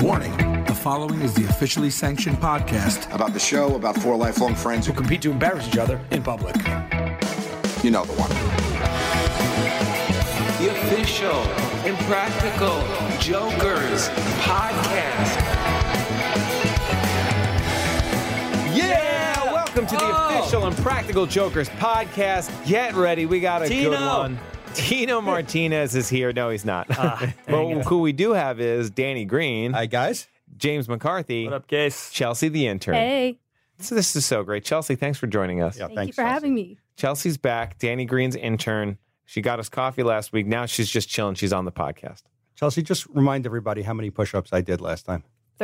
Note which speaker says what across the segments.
Speaker 1: Warning the following is the officially sanctioned podcast
Speaker 2: about the show, about four lifelong friends who,
Speaker 3: compete to embarrass each other in public.
Speaker 2: you know, the one.
Speaker 4: The official Impractical Jokers podcast.
Speaker 5: Yeah! Welcome to the
Speaker 4: Oh.
Speaker 5: official and practical Jokers podcast. Get ready, we got a good
Speaker 4: Tino.
Speaker 5: one. Tino Martinez is here. No, he's not.
Speaker 3: Ah,
Speaker 5: but who we do have is Danny Green,
Speaker 6: Hi, guys.
Speaker 5: James McCarthy,
Speaker 3: What up, guys?
Speaker 5: Chelsea the intern.
Speaker 7: Hey,
Speaker 5: So this is so great. Chelsea, thanks for joining us.
Speaker 6: Yeah,
Speaker 7: thank you
Speaker 6: thanks
Speaker 7: for having me.
Speaker 5: Chelsea's back. Danny Green's intern. She got us coffee last week. Now she's just chilling. She's on the podcast.
Speaker 6: Chelsea, just remind everybody how many push ups I did last time.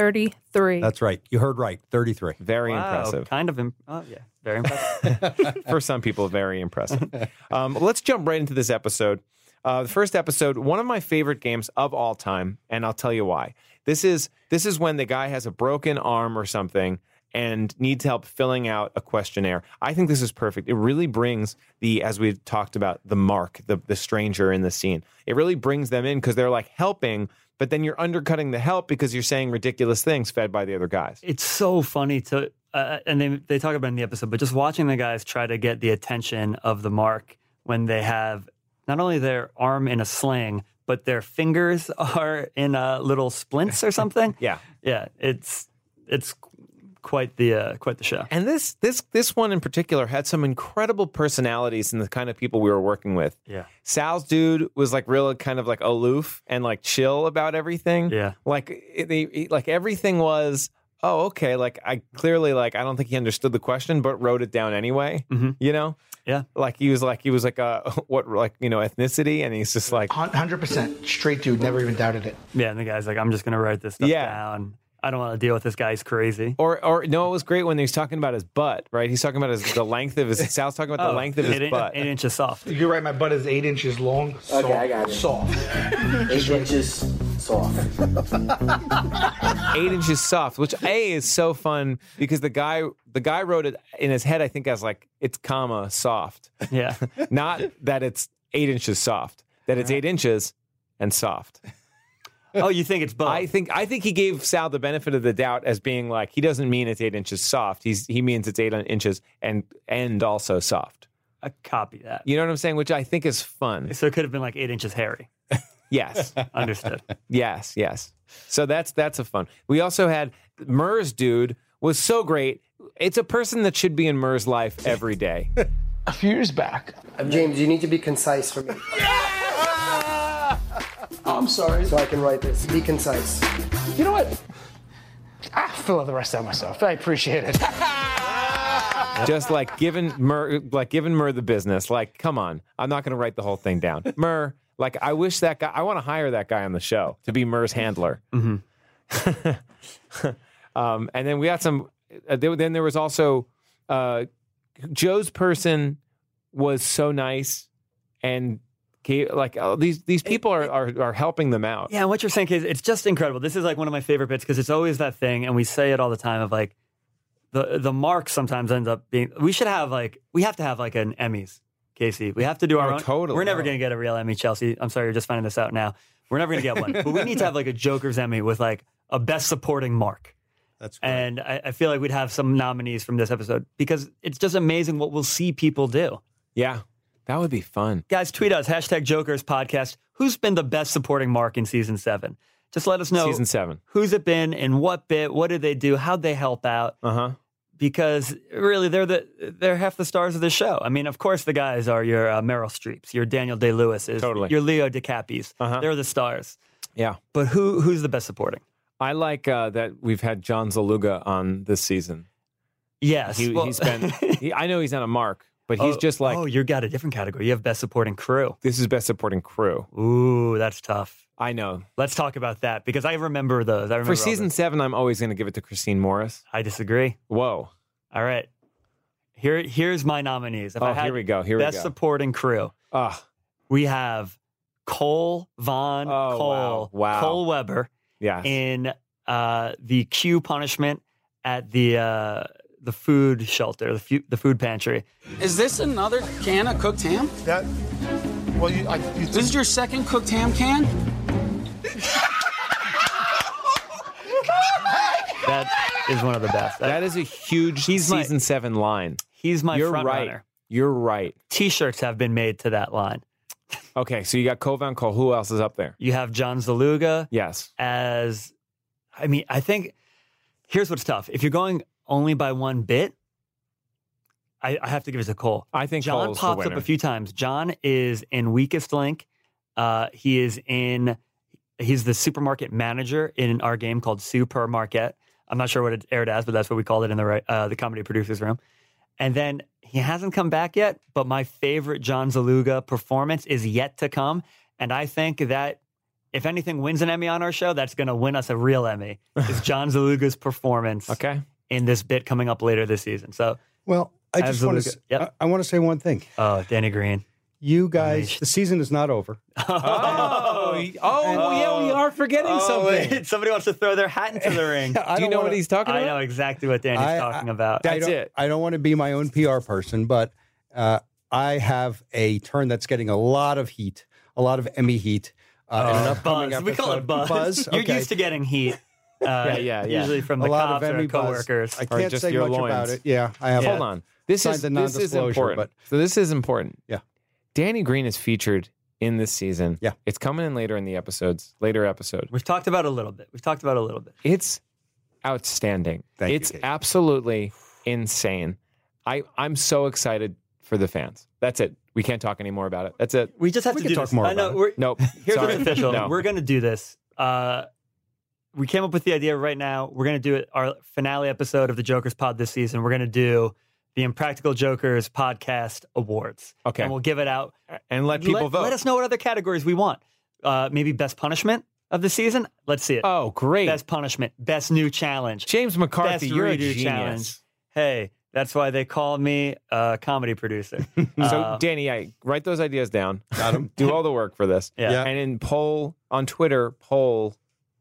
Speaker 7: 33.
Speaker 6: That's right. You heard right 33.
Speaker 5: Very
Speaker 3: Wow,
Speaker 5: impressive.
Speaker 3: Kind of. Imp- oh, yeah. Very impressive.
Speaker 5: for some people, very impressive. Um, let's jump right into this episode. Uh, the first episode, one of my favorite games of all time, and I'll tell you why. This is this is when the guy has a broken arm or something and needs help filling out a questionnaire. I think this is perfect. It really brings the, as we talked about, the mark, the the stranger in the scene. It really brings them in because they're like helping, but then you're undercutting the help because you're saying ridiculous things fed by the other guys.
Speaker 3: it's so funny to, uh, and they, they talk about it in the episode, but just watching the guys try to get the attention of the mark when they have not only their arm in a sling, but their fingers are in uh, little splints or something.
Speaker 5: Yeah.
Speaker 3: Yeah. It's, it's quite the, uh, quite the show.
Speaker 5: And this this this one in particular had some incredible personalities and the kind of people we were working with.
Speaker 3: Yeah.
Speaker 5: Sal's dude was like real kind of like aloof and like chill about everything.
Speaker 3: Yeah.
Speaker 5: Like it, they- it- like everything was oh okay like I clearly like I don't think he understood the question but wrote it down anyway.
Speaker 3: Mhm.
Speaker 5: You know?
Speaker 3: Yeah.
Speaker 5: Like he was like he was like uh what like you know ethnicity and he's just like
Speaker 8: Hundred percent straight dude. Never even doubted it.
Speaker 3: Yeah. And the guy's like, I'm just going to write this stuff
Speaker 5: Yeah.
Speaker 3: down. I don't want to deal with this guy. He's crazy.
Speaker 5: or or no it was great when he was talking about his butt, right? He's talking about his the length of his Sal's talking
Speaker 3: Oh,
Speaker 5: about the length of
Speaker 3: eight
Speaker 5: his
Speaker 3: in-
Speaker 5: butt.
Speaker 3: Eight inches soft.
Speaker 8: You're right. My butt is eight inches long. Soft, okay, I got it. Soft.
Speaker 9: Eight inches soft.
Speaker 5: 8 inches soft, which A is so fun because the guy the guy wrote it in his head I think as like it's comma soft.
Speaker 3: Yeah.
Speaker 5: not that it's eight inches soft, that it's eight inches and soft.
Speaker 3: Oh, you think it's both?
Speaker 5: I think I think he gave Sal the benefit of the doubt as being like he doesn't mean it's eight inches soft. He's he means it's eight inches and and also soft.
Speaker 3: I copy that.
Speaker 5: You know what I'm saying? Which I think is fun.
Speaker 3: So it could have been like eight inches hairy.
Speaker 5: Yes,
Speaker 3: Understood.
Speaker 5: yes, yes. So that's that's a fun. We also had Murs dude was so great. It's a person that should be in Murs life every day.
Speaker 8: A few years back.
Speaker 9: Um, James, you need to be concise for me.
Speaker 8: I'm sorry.
Speaker 9: So I can write this. Be concise.
Speaker 8: You know what? I fill the rest out myself. I appreciate it.
Speaker 5: just like giving Mur, like giving Mur the business. Like, come on, I'm not going to write the whole thing down. Mur, like, I wish that guy. I want to hire that guy on the show to be Mur's handler. um, and then we got some. Uh, there, then there was also uh, Joe's person was so nice and gave, like oh, these these people are, are are helping them out.
Speaker 3: Yeah, what you're saying is it's just incredible. This is like one of my favorite bits because it's always that thing, and we say it all the time of like the the mark sometimes ends up being. We should have like we have to have like an Emmys, Casey. We have to do our
Speaker 5: Oh,
Speaker 3: own.
Speaker 5: totally.
Speaker 3: We're never
Speaker 5: Oh.
Speaker 3: gonna get a real Emmy, Chelsea. I'm sorry, you're just finding this out now. We're never gonna get one, but we need to have like a Joker's Emmy with like a best supporting mark.
Speaker 6: That's great.
Speaker 3: And I, I feel like we'd have some nominees from this episode because it's just amazing what we'll see people do.
Speaker 5: yeah, that would be fun.
Speaker 3: Guys, tweet us, hashtag Jokers Podcast. Who's been the best supporting mark in season seven? Just let us know
Speaker 5: Season seven.
Speaker 3: who's it been and what bit, what did they do, how'd they help out?
Speaker 5: Uh huh.
Speaker 3: Because really, they're the they're half the stars of the show. I mean, of course, the guys are your uh, Meryl Streeps, your Daniel Day Lewis's,
Speaker 5: Totally.
Speaker 3: your Leo DiCapis.
Speaker 5: Uh-huh.
Speaker 3: They're the stars.
Speaker 5: Yeah.
Speaker 3: But who who's the best supporting?
Speaker 5: I like uh, that we've had John Zaluga on this season.
Speaker 3: Yes,
Speaker 5: He,
Speaker 3: well-
Speaker 5: he's been. He, I know he's not a mark, but he's
Speaker 3: Oh,
Speaker 5: just like
Speaker 3: oh, you got a different category. You have best supporting crew.
Speaker 5: this is best supporting crew.
Speaker 3: Ooh, that's tough.
Speaker 5: I know.
Speaker 3: Let's talk about that because I remember those. I remember
Speaker 5: For
Speaker 3: all
Speaker 5: season
Speaker 3: those.
Speaker 5: seven, I'm always going to give it to Christine Morris.
Speaker 3: I disagree.
Speaker 5: Whoa.
Speaker 3: All right. Here, here's my nominees. If
Speaker 5: Oh,
Speaker 3: I had
Speaker 5: here we go, here we
Speaker 3: best
Speaker 5: go.
Speaker 3: supporting crew.
Speaker 5: Ah,
Speaker 3: We have Cole Von
Speaker 5: Oh,
Speaker 3: Cole
Speaker 5: wow. Wow.
Speaker 3: Cole Weber
Speaker 5: yeah.
Speaker 3: in uh, the Q punishment at the uh, the food shelter, the, fu- the food pantry.
Speaker 7: Is this another can of cooked ham?
Speaker 10: That. Well, you, I, you
Speaker 7: This is your second cooked ham can?
Speaker 3: That is one of the best.
Speaker 5: that is a huge
Speaker 3: uh, He's my-
Speaker 5: season seven line.
Speaker 3: He's my
Speaker 5: You're
Speaker 3: front
Speaker 5: right.
Speaker 3: runner.
Speaker 5: You're right.
Speaker 3: T-shirts have been made to that line.
Speaker 5: Okay, so you got Kovan Cole. Who else is up there?
Speaker 3: You have John Zaluga.
Speaker 5: Yes.
Speaker 3: as I mean, I think here's what's tough. If you're going only by one bit, I, I have to give it to Cole.
Speaker 5: I think
Speaker 3: John
Speaker 5: Cole's the
Speaker 3: pops up
Speaker 5: winner.
Speaker 3: a few times. John is in Weakest Link. Uh, he is in he's the supermarket manager in our game called Supermarket. I'm not sure what it aired as, but that's what we called it in the right, uh, the comedy producers room. And then he hasn't come back yet, but my favorite John Zaluga performance is yet to come. And I think that if anything wins an Emmy on our show, that's going to win us a real Emmy. Is John Zaluga's performance
Speaker 5: Okay.
Speaker 3: in this bit coming up later this season? So,
Speaker 6: Well, I just want to.
Speaker 3: Absolutely. Yep.
Speaker 6: I, want to say one thing.
Speaker 3: oh, Danny Green,
Speaker 6: You guys,
Speaker 3: Unleashed.
Speaker 6: the season is not over.
Speaker 5: Oh, oh, yeah, we are forgetting something.
Speaker 3: somebody wants to throw their hat into the ring.
Speaker 6: I
Speaker 5: Do you
Speaker 6: don't
Speaker 5: know
Speaker 6: wanna-
Speaker 5: what he's talking
Speaker 3: oh, I
Speaker 5: about?
Speaker 3: know exactly what Danny's
Speaker 6: I-
Speaker 3: talking
Speaker 6: I-
Speaker 3: about.
Speaker 6: I
Speaker 5: That's
Speaker 6: don't-
Speaker 5: it.
Speaker 6: I don't want to be my own PR person, but uh, I have a turn that's getting a lot of heat, a lot of Emmy heat. Uh, in an upcoming
Speaker 3: Oh. buzz. We call it
Speaker 6: episode.
Speaker 3: buzz. You're
Speaker 6: okay.
Speaker 3: used to getting heat. Uh, yeah,
Speaker 5: yeah, yeah.
Speaker 3: Usually from
Speaker 6: a
Speaker 3: the
Speaker 6: lot of
Speaker 3: cops
Speaker 6: Emmy
Speaker 3: or
Speaker 6: buzz.
Speaker 3: coworkers.
Speaker 6: I
Speaker 5: Or
Speaker 6: can't
Speaker 5: just
Speaker 6: say
Speaker 5: your
Speaker 6: much about
Speaker 5: loins.
Speaker 6: it. Yeah, I have.
Speaker 5: Hold on. This
Speaker 6: Signed
Speaker 5: is
Speaker 6: the
Speaker 5: this is
Speaker 6: non-disclosure,
Speaker 5: important.
Speaker 6: but-
Speaker 5: So this is important.
Speaker 6: Yeah.
Speaker 5: Danny Green is featured in this season.
Speaker 6: Yeah.
Speaker 5: It's coming in later in the episodes, later episode.
Speaker 3: We've talked about it a little bit. We've talked about it a little bit.
Speaker 5: It's outstanding.
Speaker 6: Thank you,
Speaker 5: it's
Speaker 6: Casey.
Speaker 5: absolutely insane. I I'm so excited for the fans. That's it. We can't talk anymore about it. That's it.
Speaker 3: We just have
Speaker 6: We can
Speaker 3: to do
Speaker 6: talk
Speaker 3: this.
Speaker 6: more
Speaker 3: I know.
Speaker 6: about it.
Speaker 3: We're,
Speaker 5: Nope.
Speaker 3: Here's
Speaker 5: Sorry.
Speaker 3: what's official.
Speaker 5: No.
Speaker 3: We're going to do this. Uh, we came up with the idea right now. We're going to do it. Our finale episode of the Joker's Pod this season. We're going to do the Impractical Jokers Podcast Awards.
Speaker 5: Okay.
Speaker 3: and we'll give it out.
Speaker 5: and let people
Speaker 3: let,
Speaker 5: vote.
Speaker 3: Let us know what other categories we want. Uh, maybe best punishment of the season. Let's see it.
Speaker 5: Oh, great.
Speaker 3: best punishment. Best new challenge.
Speaker 5: James McCarthy,
Speaker 3: best
Speaker 5: you're a
Speaker 3: redo
Speaker 5: genius.
Speaker 3: challenge. Hey, that's why they call me a comedy producer.
Speaker 5: So,
Speaker 3: Uh,
Speaker 5: Danny, I write those ideas down.
Speaker 6: Got 'em.
Speaker 5: Do all the work for this.
Speaker 3: Yeah.
Speaker 6: Yeah.
Speaker 5: And in poll on Twitter, poll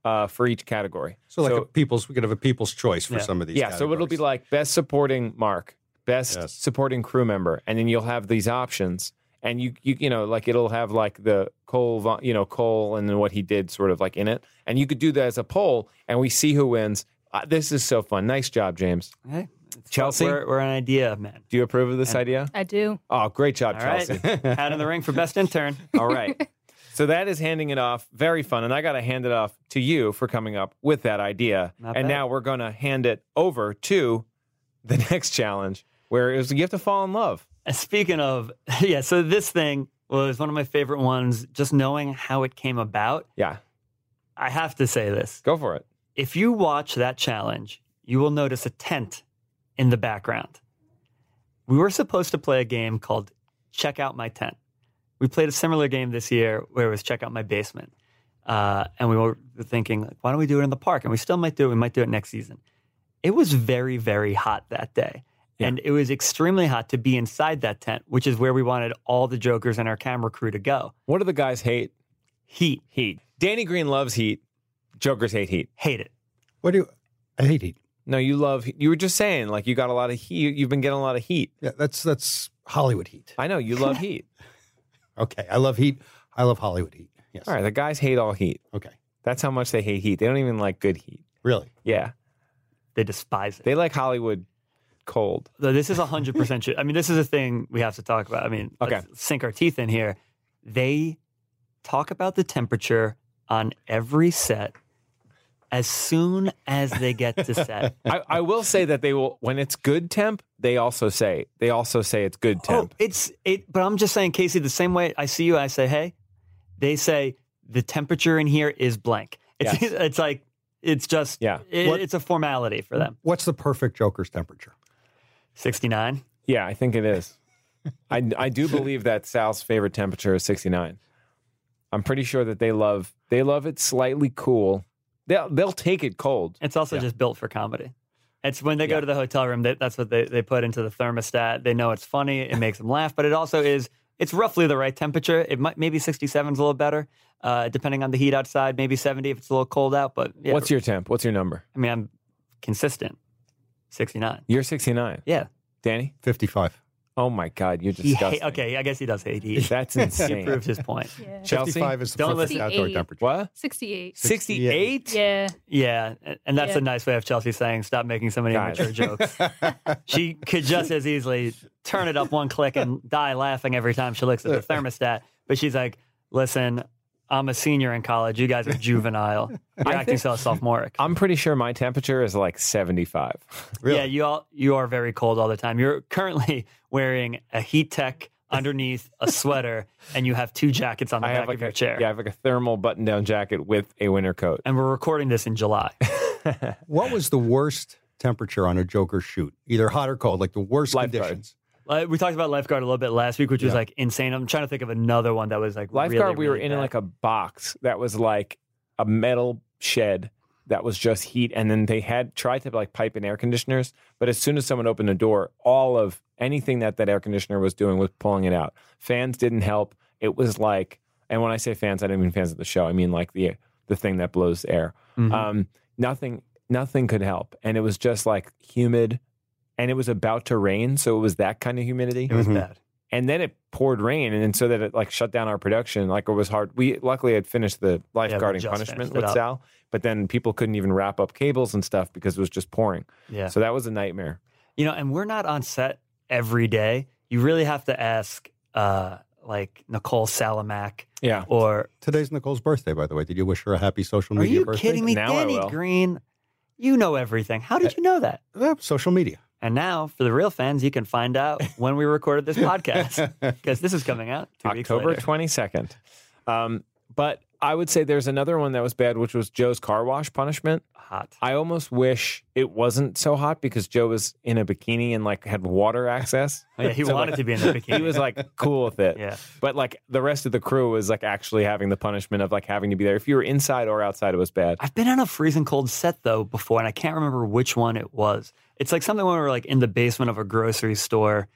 Speaker 5: uh, for each category.
Speaker 6: So, like a people's, we could have a people's choice for
Speaker 3: Yeah.
Speaker 6: some of these.
Speaker 5: yeah. So it'll be
Speaker 6: categories.
Speaker 5: like best supporting Mark, best
Speaker 6: Yes.
Speaker 5: supporting crew member, and then you'll have these options. And you, you, you know, like it'll have like the Cole, Von- you know, Cole, and then what he did, sort of like in it. And you could do that as a poll, and we see who wins. Uh, this is so fun. Nice job, James.
Speaker 3: hey, it's-
Speaker 5: Chelsea?
Speaker 3: we're, we're an idea man.
Speaker 5: Do you approve of this idea?
Speaker 11: I do.
Speaker 5: Oh, great job,
Speaker 3: All right,
Speaker 5: Chelsea.
Speaker 3: hat in the ring for best intern.
Speaker 5: All right. So that is handing it off. Very fun. And I got to hand it off to you for coming up with that idea.
Speaker 3: Not
Speaker 5: and
Speaker 3: bad.
Speaker 5: now we're going to hand it over to the next challenge where it was you have to fall in love.
Speaker 3: Uh, Speaking of, yeah, so this thing was one of my favorite ones. Just knowing how it came about,
Speaker 5: Yeah.
Speaker 3: I have to say this:
Speaker 5: Go for it.
Speaker 3: if you watch that challenge, you will notice a tent in the background. We were supposed to play a game called Check Out My Tent. We played a similar game this year where it was Check Out My Basement. Uh, and we were thinking, like, why don't we do it in the park? And we still might do it. We might do it next season. It was very, very hot that day. And it was extremely hot to be inside that tent, which is where we wanted all the Jokers and our camera crew to go.
Speaker 5: What do the guys hate?
Speaker 3: Heat,
Speaker 5: Heat. Danny Green loves heat. Jokers hate heat.
Speaker 3: hate it.
Speaker 6: what do you? I hate heat.
Speaker 5: No, you love, you were just saying like you got a lot of heat. You've been getting a lot of heat.
Speaker 6: Yeah, that's that's Hollywood heat.
Speaker 5: I know you love heat.
Speaker 6: Okay, I love heat. I love Hollywood heat. Yes.
Speaker 5: All right. The guys hate all heat.
Speaker 6: Okay.
Speaker 5: That's how much they hate heat. They don't even like good heat.
Speaker 6: Really.
Speaker 5: Yeah.
Speaker 3: They despise it.
Speaker 5: They like Hollywood cold.
Speaker 3: Though this is 100% true. I mean, this is a thing we have to talk about. I mean,
Speaker 5: Okay.
Speaker 3: let's sink our teeth in here. They talk about the temperature on every set as soon as they get to set.
Speaker 5: I, I will say that they will when it's good temp. They also say they also say it's good
Speaker 3: Oh,
Speaker 5: temp.
Speaker 3: it's it. But I'm just saying, Casey, the same way I see you, I say, hey, they say the temperature in here is blank. It's,
Speaker 5: Yes.
Speaker 3: it's like, it's just,
Speaker 5: Yeah.
Speaker 3: it-
Speaker 6: What-
Speaker 3: it's a formality for them.
Speaker 6: What's the perfect Joker's temperature?
Speaker 3: 69.
Speaker 5: Yeah, I think it is. I I do believe that Sal's favorite temperature is sixty nine. I'm pretty sure that they love they love it slightly cool. They'll they'll take it cold.
Speaker 3: It's also just built for comedy. It's when they go to the hotel room. That, that's what they, they put into the thermostat. They know it's funny. It makes them laugh, but it also is. It's roughly the right temperature. It might maybe 67 is a little better, uh, depending on the heat outside. Maybe 70 if it's a little cold out. But yeah,
Speaker 5: What's your temp? What's your number?
Speaker 3: I mean, I'm consistent. 69.
Speaker 5: You're 69.
Speaker 3: Yeah.
Speaker 5: Danny?
Speaker 6: 55.
Speaker 5: Oh my God, you're
Speaker 3: He
Speaker 5: disgusting.
Speaker 3: hate- okay, I guess he does hate heat.
Speaker 5: That's insane.
Speaker 3: He proved his point.
Speaker 11: Yeah.
Speaker 5: Chelsea?
Speaker 6: 55 is the
Speaker 3: Don't
Speaker 6: perfect
Speaker 3: listen-
Speaker 6: outdoor
Speaker 11: 68.
Speaker 6: temperature.
Speaker 5: What?
Speaker 11: 68.
Speaker 5: 68?
Speaker 11: Yeah.
Speaker 3: Yeah, a- and that's
Speaker 11: Yeah.
Speaker 3: a nice way of Chelsea saying stop making so many
Speaker 5: Guys.
Speaker 3: immature jokes. she could just as easily turn it up one click and die laughing every time she looks at the thermostat. But she's like, "Listen, I'm a senior in college. You guys are juvenile. You're acting so sophomoric.
Speaker 5: I'm pretty sure my temperature is like 75.
Speaker 3: Yeah, you all you are very cold all the time. You're currently wearing a heat tech underneath a sweater, and you have two jackets on the
Speaker 5: I
Speaker 3: back
Speaker 5: have like
Speaker 3: of your
Speaker 5: a
Speaker 3: chair.
Speaker 5: Yeah, I have like a thermal button down jacket with a winter coat.
Speaker 3: And we're recording this in July.
Speaker 6: What was the worst temperature on a Joker shoot? Either hot or cold, like the worst
Speaker 5: Lifeguard.
Speaker 6: conditions.
Speaker 3: Like, we talked about lifeguard a little bit last week, which was like insane. I'm trying to think of another one that was like really,
Speaker 5: Lifeguard, we were
Speaker 3: really
Speaker 5: in
Speaker 3: bad.
Speaker 5: like a box that was like a metal shed that was just heat. And then they had tried to like pipe in air conditioners. But as soon as someone opened the door, all of anything that that air conditioner was doing was pulling it out. Fans didn't help. It was like, and when I say fans, I don't mean fans of the show. I mean like the the thing that blows air.
Speaker 3: Mm-hmm.
Speaker 5: Um, nothing, nothing could help. And it was just like humid and it was about to rain. So it was that kind of humidity
Speaker 3: It was bad.
Speaker 5: and then it poured rain and then so that it like shut down our production like it was hard we luckily had finished the lifeguarding
Speaker 3: just
Speaker 5: punishment
Speaker 3: finished it
Speaker 5: with
Speaker 3: up.
Speaker 5: sal but then people couldn't even wrap up cables and stuff because it was just pouring
Speaker 3: Yeah.
Speaker 5: so that was a nightmare
Speaker 3: you know, and we're not on set every day. You really have to ask uh like Nicole Salamack
Speaker 5: yeah
Speaker 3: or
Speaker 6: Today's Nicole's birthday, by the way. Did you wish her a happy social
Speaker 3: Are
Speaker 6: media
Speaker 3: you
Speaker 6: birthday?
Speaker 3: kidding me?
Speaker 5: Now I
Speaker 3: Danny
Speaker 5: will.
Speaker 3: Green, you know everything. How did you know that?
Speaker 6: Uh, social media.
Speaker 3: And now for the real fans, you can find out when we recorded this podcast because this is coming out two weeks
Speaker 5: october
Speaker 3: later.
Speaker 5: 22nd um, but i would say there's another one that was bad which was joe's car wash punishment
Speaker 3: Hot.
Speaker 5: I almost wish it wasn't so hot because Joe was in a bikini and like had water access.
Speaker 3: Oh, Yeah, he wanted to be in the bikini.
Speaker 5: He was like cool with it.
Speaker 3: Yeah.
Speaker 5: But like the rest of the crew was like actually having the punishment of like having to be there. If you were inside or outside, it was bad.
Speaker 3: I've been on a freezing cold set though before, and I can't remember which one it was. It's like something when we were like in the basement of a grocery store,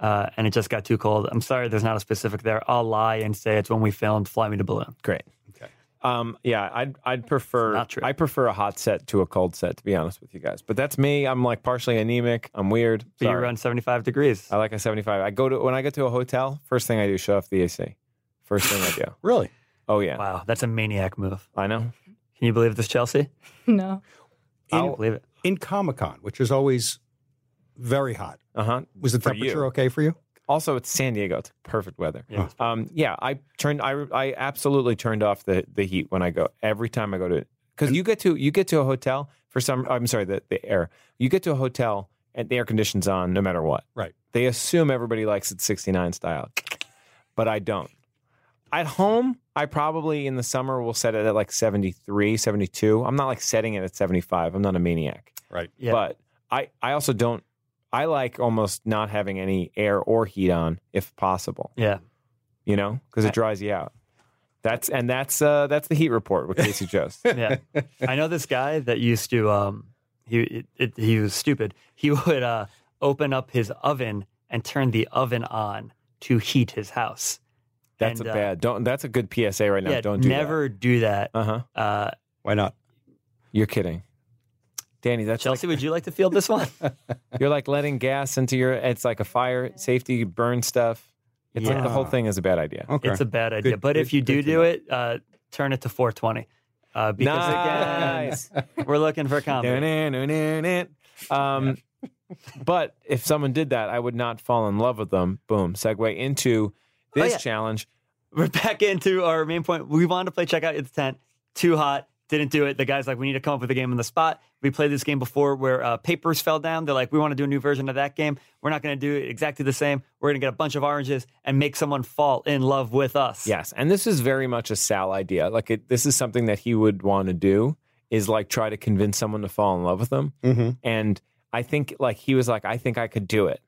Speaker 3: uh, and it just got too cold. I'm sorry, there's not a specific there. I'll lie and say it's when we filmed "Fly Me to Balloon."
Speaker 5: Great. Okay. Um, yeah, I'd I'd prefer
Speaker 3: not true.
Speaker 5: I prefer a hot set to a cold set to be honest with you guys. But that's me. I'm like partially anemic. I'm weird.
Speaker 3: But you
Speaker 5: Sorry. Oh,
Speaker 3: run 75 degrees.
Speaker 5: I like a 75. I go to when I get to a hotel. First thing I do, shut off the AC. First thing I do.
Speaker 6: Really?
Speaker 5: Oh yeah,
Speaker 3: Wow, that's a maniac move.
Speaker 5: I know.
Speaker 3: Can you believe this, Chelsea?
Speaker 11: No.
Speaker 3: I don't believe it.
Speaker 6: In Comic Con, which is always very hot,
Speaker 5: Uh huh.
Speaker 6: was the
Speaker 5: For you.
Speaker 6: temperature okay for you?
Speaker 5: Also, it's San Diego. It's perfect weather.
Speaker 3: Yeah.
Speaker 5: Um, yeah. I turned. I I absolutely turned off the the heat when I go every time I go to because you get to you get to a hotel for some. I'm sorry, the the air. You get to a hotel and the air conditions on no matter what.
Speaker 6: Right.
Speaker 5: They assume everybody likes it 69 style, but I don't. At home, I probably in the summer will set it at like 73, 72. I'm not like setting it at 75. I'm not a maniac.
Speaker 6: Right.
Speaker 3: Yeah.
Speaker 5: But I, I also don't, I like almost not having any air or heat on if possible,
Speaker 3: Yeah.
Speaker 5: you know, because it dries you out. That's, and that's, uh, that's the heat report with Casey Jost.
Speaker 3: yeah. I know this guy that used to um he it, it, he was stupid. He would uh open up his oven and turn the oven on to heat his house.
Speaker 5: That's
Speaker 3: And,
Speaker 5: a
Speaker 3: uh,
Speaker 5: bad, don't, that's a good PSA right now.
Speaker 3: yeah,
Speaker 5: don't do
Speaker 3: never do that.
Speaker 5: Uh huh.
Speaker 3: Uh,
Speaker 6: Why not?
Speaker 5: You're kidding. Danny, that's like-
Speaker 3: Chelsea, would you like to field this one?
Speaker 5: You're like letting gas into your. It's like a fire safety burn stuff. It's like the whole
Speaker 6: Yeah.
Speaker 5: thing is a bad idea.
Speaker 6: Okay.
Speaker 3: It's a bad idea. but if you do do it, uh, turn it to 420. Uh, because
Speaker 5: Nice.
Speaker 3: again, we're looking for comedy.
Speaker 5: um, but if someone did that, I would not fall in love with them. Boom. Segue into
Speaker 3: Oh,
Speaker 5: this
Speaker 3: yeah.
Speaker 5: challenge.
Speaker 3: We're back into our main point. We wanted to play Check Out Your Tent. Too hot. Didn't do it. The guy's like, we need to come up with a game on the spot. We played this game before where uh, papers fell down. They're like, we want to do a new version of that game. We're not going to do it exactly the same. We're going to get a bunch of oranges and make someone fall in love with us.
Speaker 5: Yes, and this is very much a Sal idea. Like it, this is something that he would want to do is like try to convince someone to fall in love with him. And I think like he was like, I think I could do it.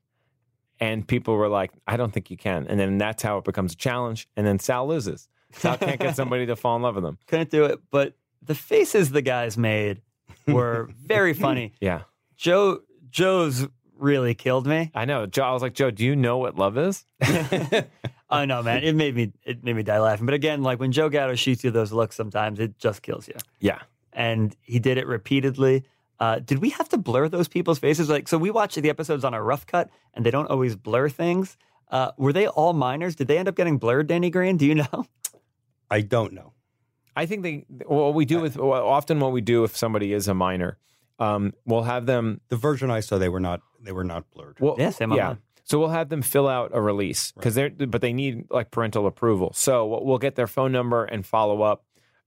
Speaker 5: And people were like, I don't think you can. And then that's how it becomes a challenge. And then Sal loses. Sal can't get somebody to fall in love with him.
Speaker 3: Couldn't do it. But the faces the guys made were very funny.
Speaker 5: Yeah.
Speaker 3: Joe Joe's really killed me.
Speaker 5: I know. Joe, I was like, Joe, do you know what love is?
Speaker 3: I know, man. It made me it made me die laughing. But again, like when Joe Gatto shoots you those looks, sometimes it just kills you.
Speaker 5: Yeah.
Speaker 3: And he did it repeatedly. Uh, did we have to blur those people's faces? Like, so we watch the episodes on a rough cut, and they don't always blur things. Uh, were they all minors? Did they end up getting blurred, Danny Green? Do you know?
Speaker 6: I don't know.
Speaker 5: I think they. What we do with well, often what we do if somebody is a minor, um, we'll have them.
Speaker 6: The version I saw, they were not. They were not blurred.
Speaker 5: Well,
Speaker 3: Yes, I'm on
Speaker 5: yeah.
Speaker 3: one.
Speaker 5: So we'll have them fill out a release because they're, but they need like parental approval. So we'll- we'll get their phone number and follow up,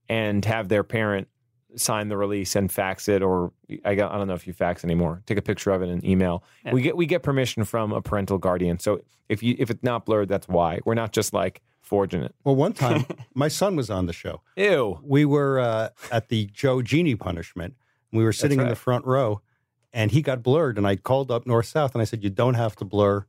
Speaker 5: and have their parent sign the release and fax it, or I, got, I don't know if you fax anymore. Take a picture of it and email.
Speaker 3: Yeah.
Speaker 5: We get we get permission from a parental guardian. So if you if it's not blurred, that's why we're not just like forging it.
Speaker 6: Well, one time my son was on the show.
Speaker 5: Ew.
Speaker 6: We were uh, at the Joe Genie punishment. We were sitting in the
Speaker 5: right.
Speaker 6: front row, and he got blurred. And I called up North South, and I said, "You don't have to blur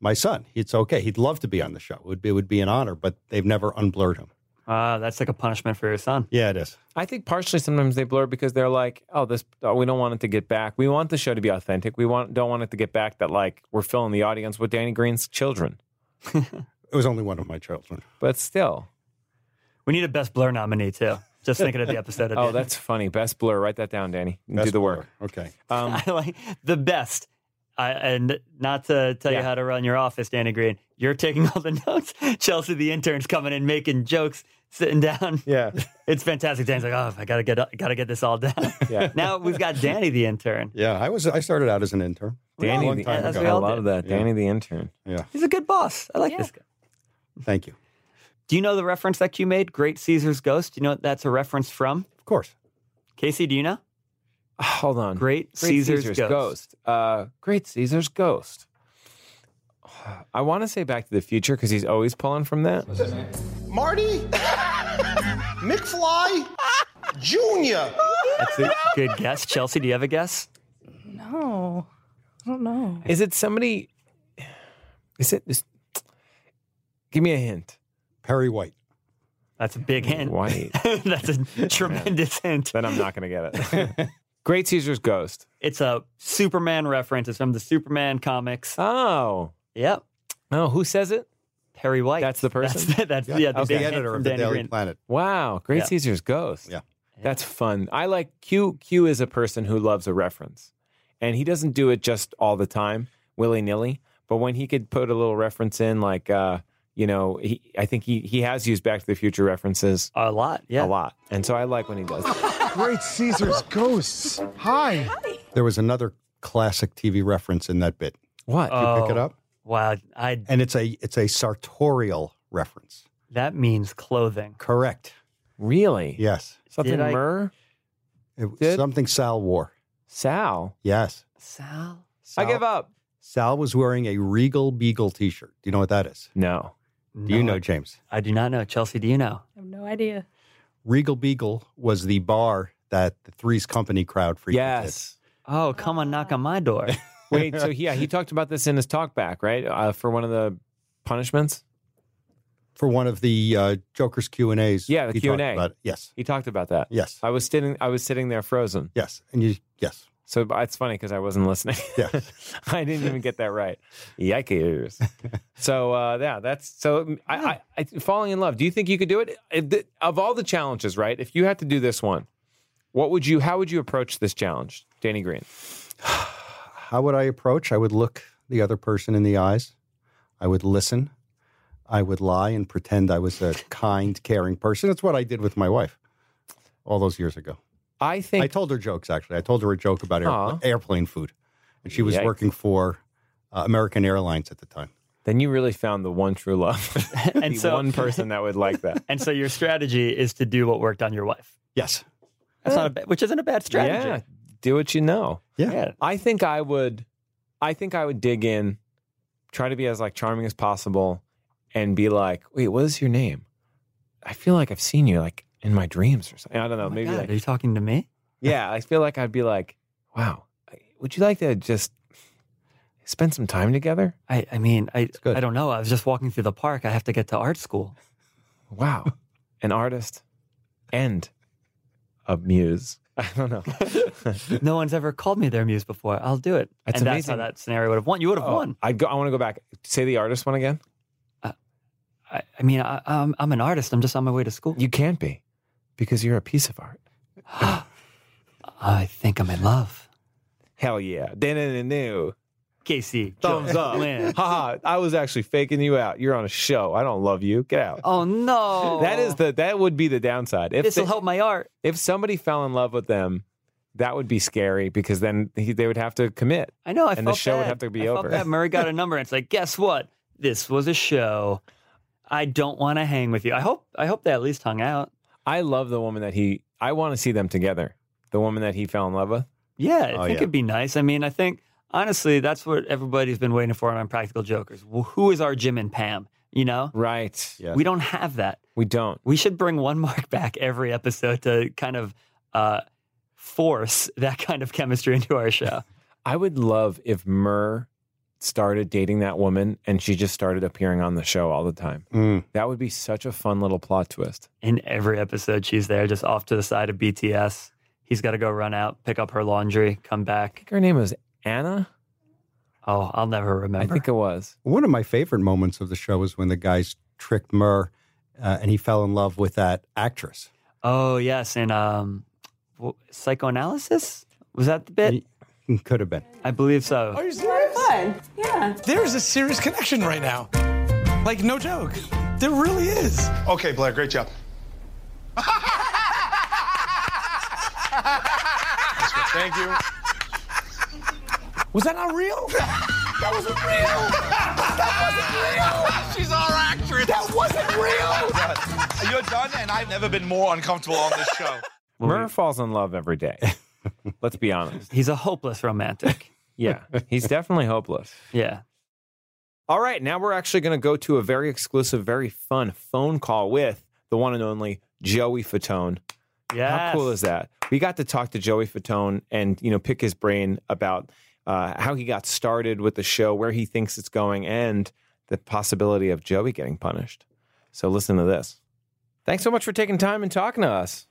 Speaker 6: my son. It's okay. He'd love to be on the show. It would be, it would be an honor." But they've never unblurred him.
Speaker 3: Uh, that's like a punishment for your son.
Speaker 6: Yeah, it is.
Speaker 5: I think partially sometimes they blur because they're like, oh, this oh, we don't want it to get back. We want the show to be authentic. We want don't want it to get back that like we're filling the audience with Danny Green's children.
Speaker 6: It was only one of my children.
Speaker 5: But still,
Speaker 3: We need a best blur nominee too. Just thinking of the episode. at the
Speaker 5: oh,
Speaker 3: end.
Speaker 5: that's funny. Best blur. Write that down, Danny. and Do
Speaker 6: Best
Speaker 5: the work.
Speaker 6: blur. Okay.
Speaker 5: Um,
Speaker 3: I like the best. I, and not to tell
Speaker 5: Yeah.
Speaker 3: you how to run your office, Danny Green. You're taking all the notes. Chelsea, the intern's coming in, making jokes, sitting down.
Speaker 5: yeah,
Speaker 3: It's fantastic. Dan's like, oh, I gotta get, gotta get this all down.
Speaker 5: Yeah.
Speaker 3: Now we've got Danny, the intern.
Speaker 6: Yeah, I was. I started out as an intern.
Speaker 5: Danny.
Speaker 6: a long
Speaker 5: the-
Speaker 6: time
Speaker 3: as
Speaker 6: ago.
Speaker 3: we
Speaker 5: I
Speaker 3: all
Speaker 5: love
Speaker 3: did.
Speaker 5: that.
Speaker 6: Yeah.
Speaker 5: Danny the intern.
Speaker 6: Yeah.
Speaker 3: He's a good boss. I like this guy.
Speaker 6: Thank you.
Speaker 3: Do you know the reference that you made? Great Caesar's Ghost. Do you know what that's a reference from?
Speaker 6: Of course.
Speaker 3: Casey, do you know?
Speaker 5: Hold on.
Speaker 3: Great Caesar's Ghost.
Speaker 5: Uh, Great Caesar's Ghost. I want to say Back to the Future because he's always pulling from that.
Speaker 10: Marty? McFly? Junior?
Speaker 3: That's a good guess. Chelsea, do you have a guess?
Speaker 11: No, I don't know.
Speaker 5: Is it somebody? Is it? Is, give me a hint.
Speaker 6: Perry White.
Speaker 3: That's a big hint.
Speaker 5: White.
Speaker 3: that's a tremendous hint.
Speaker 5: then I'm not going to get it. Great Caesar's Ghost.
Speaker 3: It's a Superman reference. It's from the Superman comics.
Speaker 5: Oh.
Speaker 3: Yep.
Speaker 5: Oh, who says it?
Speaker 3: Perry White.
Speaker 5: That's the person?
Speaker 3: That's, that's yeah, the
Speaker 5: Okay.
Speaker 3: big
Speaker 6: the
Speaker 3: hint
Speaker 6: editor
Speaker 3: from
Speaker 6: of the
Speaker 3: Danny
Speaker 6: Daily
Speaker 3: Green.
Speaker 6: Planet.
Speaker 5: Wow. Great
Speaker 3: Yeah.
Speaker 5: Caesar's Ghost.
Speaker 6: Yeah.
Speaker 5: That's fun. I like Q. Q is a person who loves a reference, and he doesn't do it just all the time, willy nilly. But when he could put a little reference in, like, uh, you know, he, I think he, he has used Back to the Future references
Speaker 3: A lot. Yeah.
Speaker 5: a lot. And so I like when he does that.
Speaker 10: Great Caesar's ghosts. Hi.
Speaker 6: There was another classic TV reference in that bit.
Speaker 5: What?
Speaker 6: Did you pick
Speaker 3: Oh.
Speaker 6: it up?
Speaker 3: Wow. I
Speaker 6: And it's a it's a sartorial reference.
Speaker 3: that means clothing.
Speaker 6: Correct.
Speaker 5: really?
Speaker 6: Yes.
Speaker 5: Something
Speaker 3: Did I-
Speaker 5: Myrrh?
Speaker 6: It-
Speaker 5: Did-
Speaker 6: something Sal wore.
Speaker 5: Sal?
Speaker 6: Yes.
Speaker 3: Sal.
Speaker 5: I give up.
Speaker 6: Sal was wearing a Regal Beagle T-shirt. Do you know what that is?
Speaker 5: No.
Speaker 6: Do you know, James?
Speaker 3: I do not know. Chelsea, do you know?
Speaker 11: I have no idea.
Speaker 6: Regal Beagle was the bar that the Three's Company crowd frequented.
Speaker 5: Yes.
Speaker 3: Oh, come on, knock on my door.
Speaker 5: Wait, so yeah, he talked about this in his talk back, right? Uh, for one of the punishments?
Speaker 6: For one of the uh, Joker's Q and A's.
Speaker 5: Yeah, the
Speaker 6: he talked
Speaker 5: Q&A.
Speaker 6: about- Yes.
Speaker 5: He talked about that.
Speaker 6: Yes.
Speaker 5: I was sitting I was sitting there frozen.
Speaker 6: Yes. And you. Yes.
Speaker 5: So but it's funny because I wasn't listening.
Speaker 6: Yes.
Speaker 5: I didn't even get that right. Yikers. so uh, yeah, that's so I, I, I falling in love. Do you think you could do it? If the- Of all the challenges, right? If you had to do this one, what would you how would you approach this challenge, Danny Green?
Speaker 6: how would I approach? I would look the other person in the eyes. I would listen. I would lie and pretend I was a kind, caring person. That's what I did with my wife all those years ago.
Speaker 5: I think
Speaker 6: I told her jokes, actually. I told her a joke about
Speaker 5: Aw.
Speaker 6: airplane, airplane food. And she was
Speaker 5: Yikes.
Speaker 6: working for uh, American Airlines at the time.
Speaker 5: then you really found the one true love.
Speaker 3: And
Speaker 5: the
Speaker 3: so-
Speaker 5: one person that would like that.
Speaker 3: and so your strategy is to do what worked on your wife.
Speaker 6: Yes.
Speaker 3: That's not a ba- which isn't a bad strategy.
Speaker 5: Yeah, do what you know.
Speaker 6: Yeah.
Speaker 5: I think I would, I think I would dig in, try to be as like charming as possible, and be like, wait, what is your name? I feel like I've seen you like in my dreams or something. I don't know,
Speaker 3: Oh my
Speaker 5: maybe
Speaker 3: God, are
Speaker 5: like,
Speaker 3: you talking to me?
Speaker 5: yeah. I feel like I'd be like, wow, would you like to just spend some time together?
Speaker 3: I, I mean, I,
Speaker 5: good.
Speaker 3: I don't know. I was just walking through the park. I have to get to art school.
Speaker 5: Wow. an artist, and a muse. I don't know.
Speaker 3: no one's ever called me their muse before. I'll do it.
Speaker 5: That's
Speaker 3: and
Speaker 5: amazing.
Speaker 3: that's how that scenario would have won. You would have
Speaker 5: Oh,
Speaker 3: won.
Speaker 5: I'd go, I want to go back. Say the artist one again.
Speaker 3: I, I mean, I, I'm, I'm an artist. I'm just on my way to school.
Speaker 5: You can't be because you're a piece of art.
Speaker 3: I think I'm in love.
Speaker 5: Hell yeah. New.
Speaker 3: Casey.
Speaker 5: Thumbs
Speaker 3: Joe,
Speaker 5: up.
Speaker 3: Lynn.
Speaker 5: Haha. I was actually faking you out. You're on a show. I don't love you. Get out.
Speaker 3: Oh no.
Speaker 5: That is the that would be the downside. If
Speaker 3: This will
Speaker 5: they-
Speaker 3: help my art.
Speaker 5: if somebody fell in love with them, that would be scary because then he, they would have to commit.
Speaker 3: I know. I
Speaker 5: and
Speaker 3: felt
Speaker 5: the show would
Speaker 3: bad.
Speaker 5: have to be
Speaker 3: I felt
Speaker 5: over.
Speaker 3: bad. Murray got a number, and it's like, guess what? This was a show. I don't want to hang with you. I hope. I hope they at least hung out.
Speaker 5: I love the woman that he. I want to see them together. The woman that he fell in love with.
Speaker 3: Yeah, I
Speaker 5: Oh,
Speaker 3: think
Speaker 5: yeah.
Speaker 3: it'd be nice. I mean, I think honestly, that's what everybody's been waiting for on Practical Jokers. Well, who is our Jim and Pam? You know,
Speaker 5: right? Yeah.
Speaker 3: We don't have that.
Speaker 5: We don't.
Speaker 3: We should bring one mark back every episode to kind of uh, force that kind of chemistry into our show.
Speaker 5: I would love if Murr started dating that woman and she just started appearing on the show all the time.
Speaker 6: Mm.
Speaker 5: That would be such a fun little plot twist.
Speaker 3: In every episode, she's there, just off to the side of BTS. He's got to go run out, pick up her laundry, come back.
Speaker 5: Her name was Anna.
Speaker 3: Oh, I'll never remember.
Speaker 5: I think uh, it was.
Speaker 6: One of my favorite moments of the show was when the guys tricked Murr uh, and he fell in love with that actress.
Speaker 3: Oh yes, and um, w- psychoanalysis was that the bit?
Speaker 6: Could have been.
Speaker 3: I believe so.
Speaker 12: you serious? Fun. Yeah.
Speaker 10: There's a serious connection right now. Like, no joke. There really is. Okay, Blair, great job. That's good. Thank you. Was that not real?
Speaker 4: That wasn't real. That wasn't real. She's our actress. That wasn't real.
Speaker 13: You're done, and I've never been more uncomfortable on this show.
Speaker 5: Murr falls in love every day. Let's be honest.
Speaker 3: He's a hopeless romantic.
Speaker 5: Yeah, he's definitely hopeless.
Speaker 3: Yeah.
Speaker 5: All right, now we're actually going to go to a very exclusive, very fun phone call with the one and only Joey Fatone. How
Speaker 3: Yes.
Speaker 5: cool is that? We got to talk to Joey Fatone and you know pick his brain about uh, how he got started with the show, where he thinks it's going, and the possibility of Joey getting punished. So listen to this. Thanks so much for taking time and talking to us.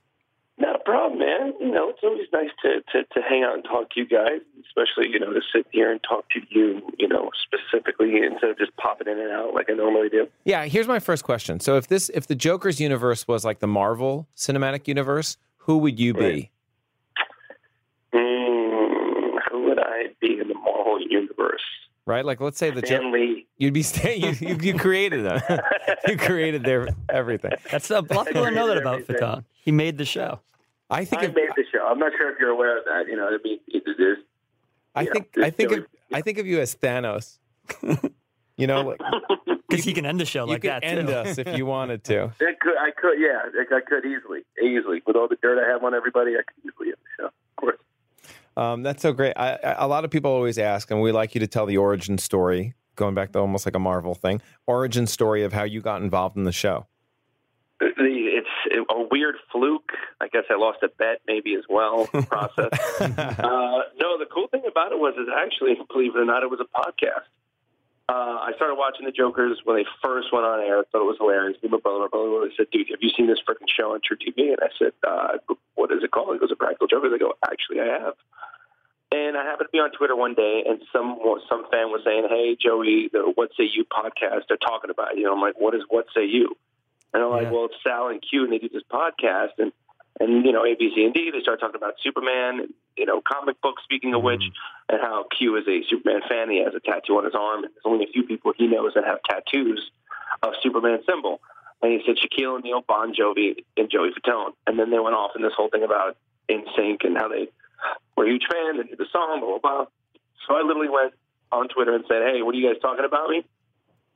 Speaker 14: Not a problem, man. You know, it's always nice to, to, to hang out and talk to you guys, especially, you know, to sit here and talk to you, you know, specifically instead of just popping in and out like I normally do.
Speaker 5: Yeah, here's my first question. So if this if the Joker's universe was like the Marvel Cinematic Universe, who would you be?
Speaker 14: Mm, who would I be in the Marvel Universe?
Speaker 5: right? Like, let's say the
Speaker 14: Stan Lee.
Speaker 5: You'd be staying. You, you, you created them. you created their everything.
Speaker 3: That's a lot of people don't know that about
Speaker 14: Everything.
Speaker 3: Fatone. He made the show.
Speaker 5: I think
Speaker 14: I made the show. I'm not sure if you're aware of that. You know, I mean, it, it is.
Speaker 5: I think I think of, I think of you as Thanos. you know, like,
Speaker 3: because he can end the show
Speaker 5: you
Speaker 3: like
Speaker 5: could
Speaker 3: that.
Speaker 5: end
Speaker 3: too.
Speaker 5: us if you wanted to.
Speaker 14: It could, I could, yeah, I could easily, easily. With all the dirt I have on everybody, I could easily end the show.
Speaker 5: Um, that's so great. I, I, a lot of people always ask, and we like you to tell the origin story, going back to almost like a Marvel thing, origin story of how you got involved in the show.
Speaker 14: The, it's a weird fluke. I guess I lost a bet, maybe as well. Process. uh, no, the cool thing about it was is actually, believe it or not, it was a podcast. Uh, I started watching the Jokers when they first went on air. I thought it was hilarious. Me and My brother, my brother, always said, "Dude, have you seen this freaking show on True TV?" And I said, uh, "What is it called?" He goes, "A Practical Jokers." I go, "Actually, I have." And I happened to be on Twitter one day, and some some fan was saying, "Hey, Joey, the What Say You podcast, they're talking about you." I'm like, "What is What Say You?" And I'm like, well, it's Sal and Q, and they do this podcast, and and you know, A, B, C, and D. They start talking about Superman, you know, comic books. Speaking of which, and how Q is a Superman fan. He has a tattoo on his arm, and there's only a few people he knows that have tattoos of Superman symbol. And he said Shaquille O'Neal, Bon Jovi, and Joey Fatone. And then they went off in this whole thing about In Sync and how they were huge fans and did the song, blah blah blah. So I literally went on Twitter and said, "Hey, what are you guys talking about me?"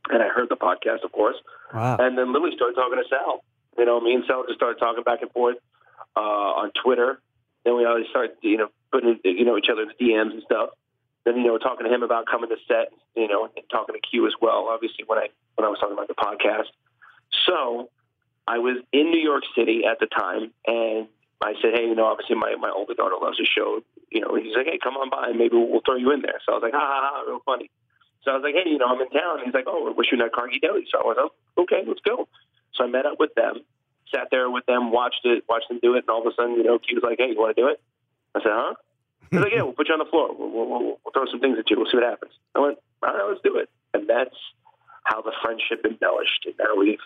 Speaker 14: And I heard the podcast, of course.
Speaker 3: Wow.
Speaker 14: And then literally started talking to Sal. You know, me and Sal just started talking back and forth uh, on Twitter. Then we always started, you know, putting you know each other in the DMs and stuff. Then you know, talking to him about coming to set, you know, and talking to Q as well. Obviously, when I when I was talking about the podcast, so I was in New York City at the time, and I said, hey, you know, obviously my my older daughter loves the show. You know, and he's like, hey, come on by, and maybe we'll, we'll throw you in there. So I was like, ha ha ha, real funny. So I was like, hey, you know, I'm in town. And he's like, oh, we're shooting at Carnegie Deli. So I was like, okay, let's go. So I met up with them,
Speaker 3: sat there with them, watched it, watched them do it, and all of a sudden, you know, Q was like, "Hey, you want to do it?" I said, "Huh?" He's like, "Yeah, we'll put you on the floor. We'll, we'll, we'll, we'll throw some things at you. We'll see what happens." I went, "All right, let's do it." And that's how the friendship embellished. And now we've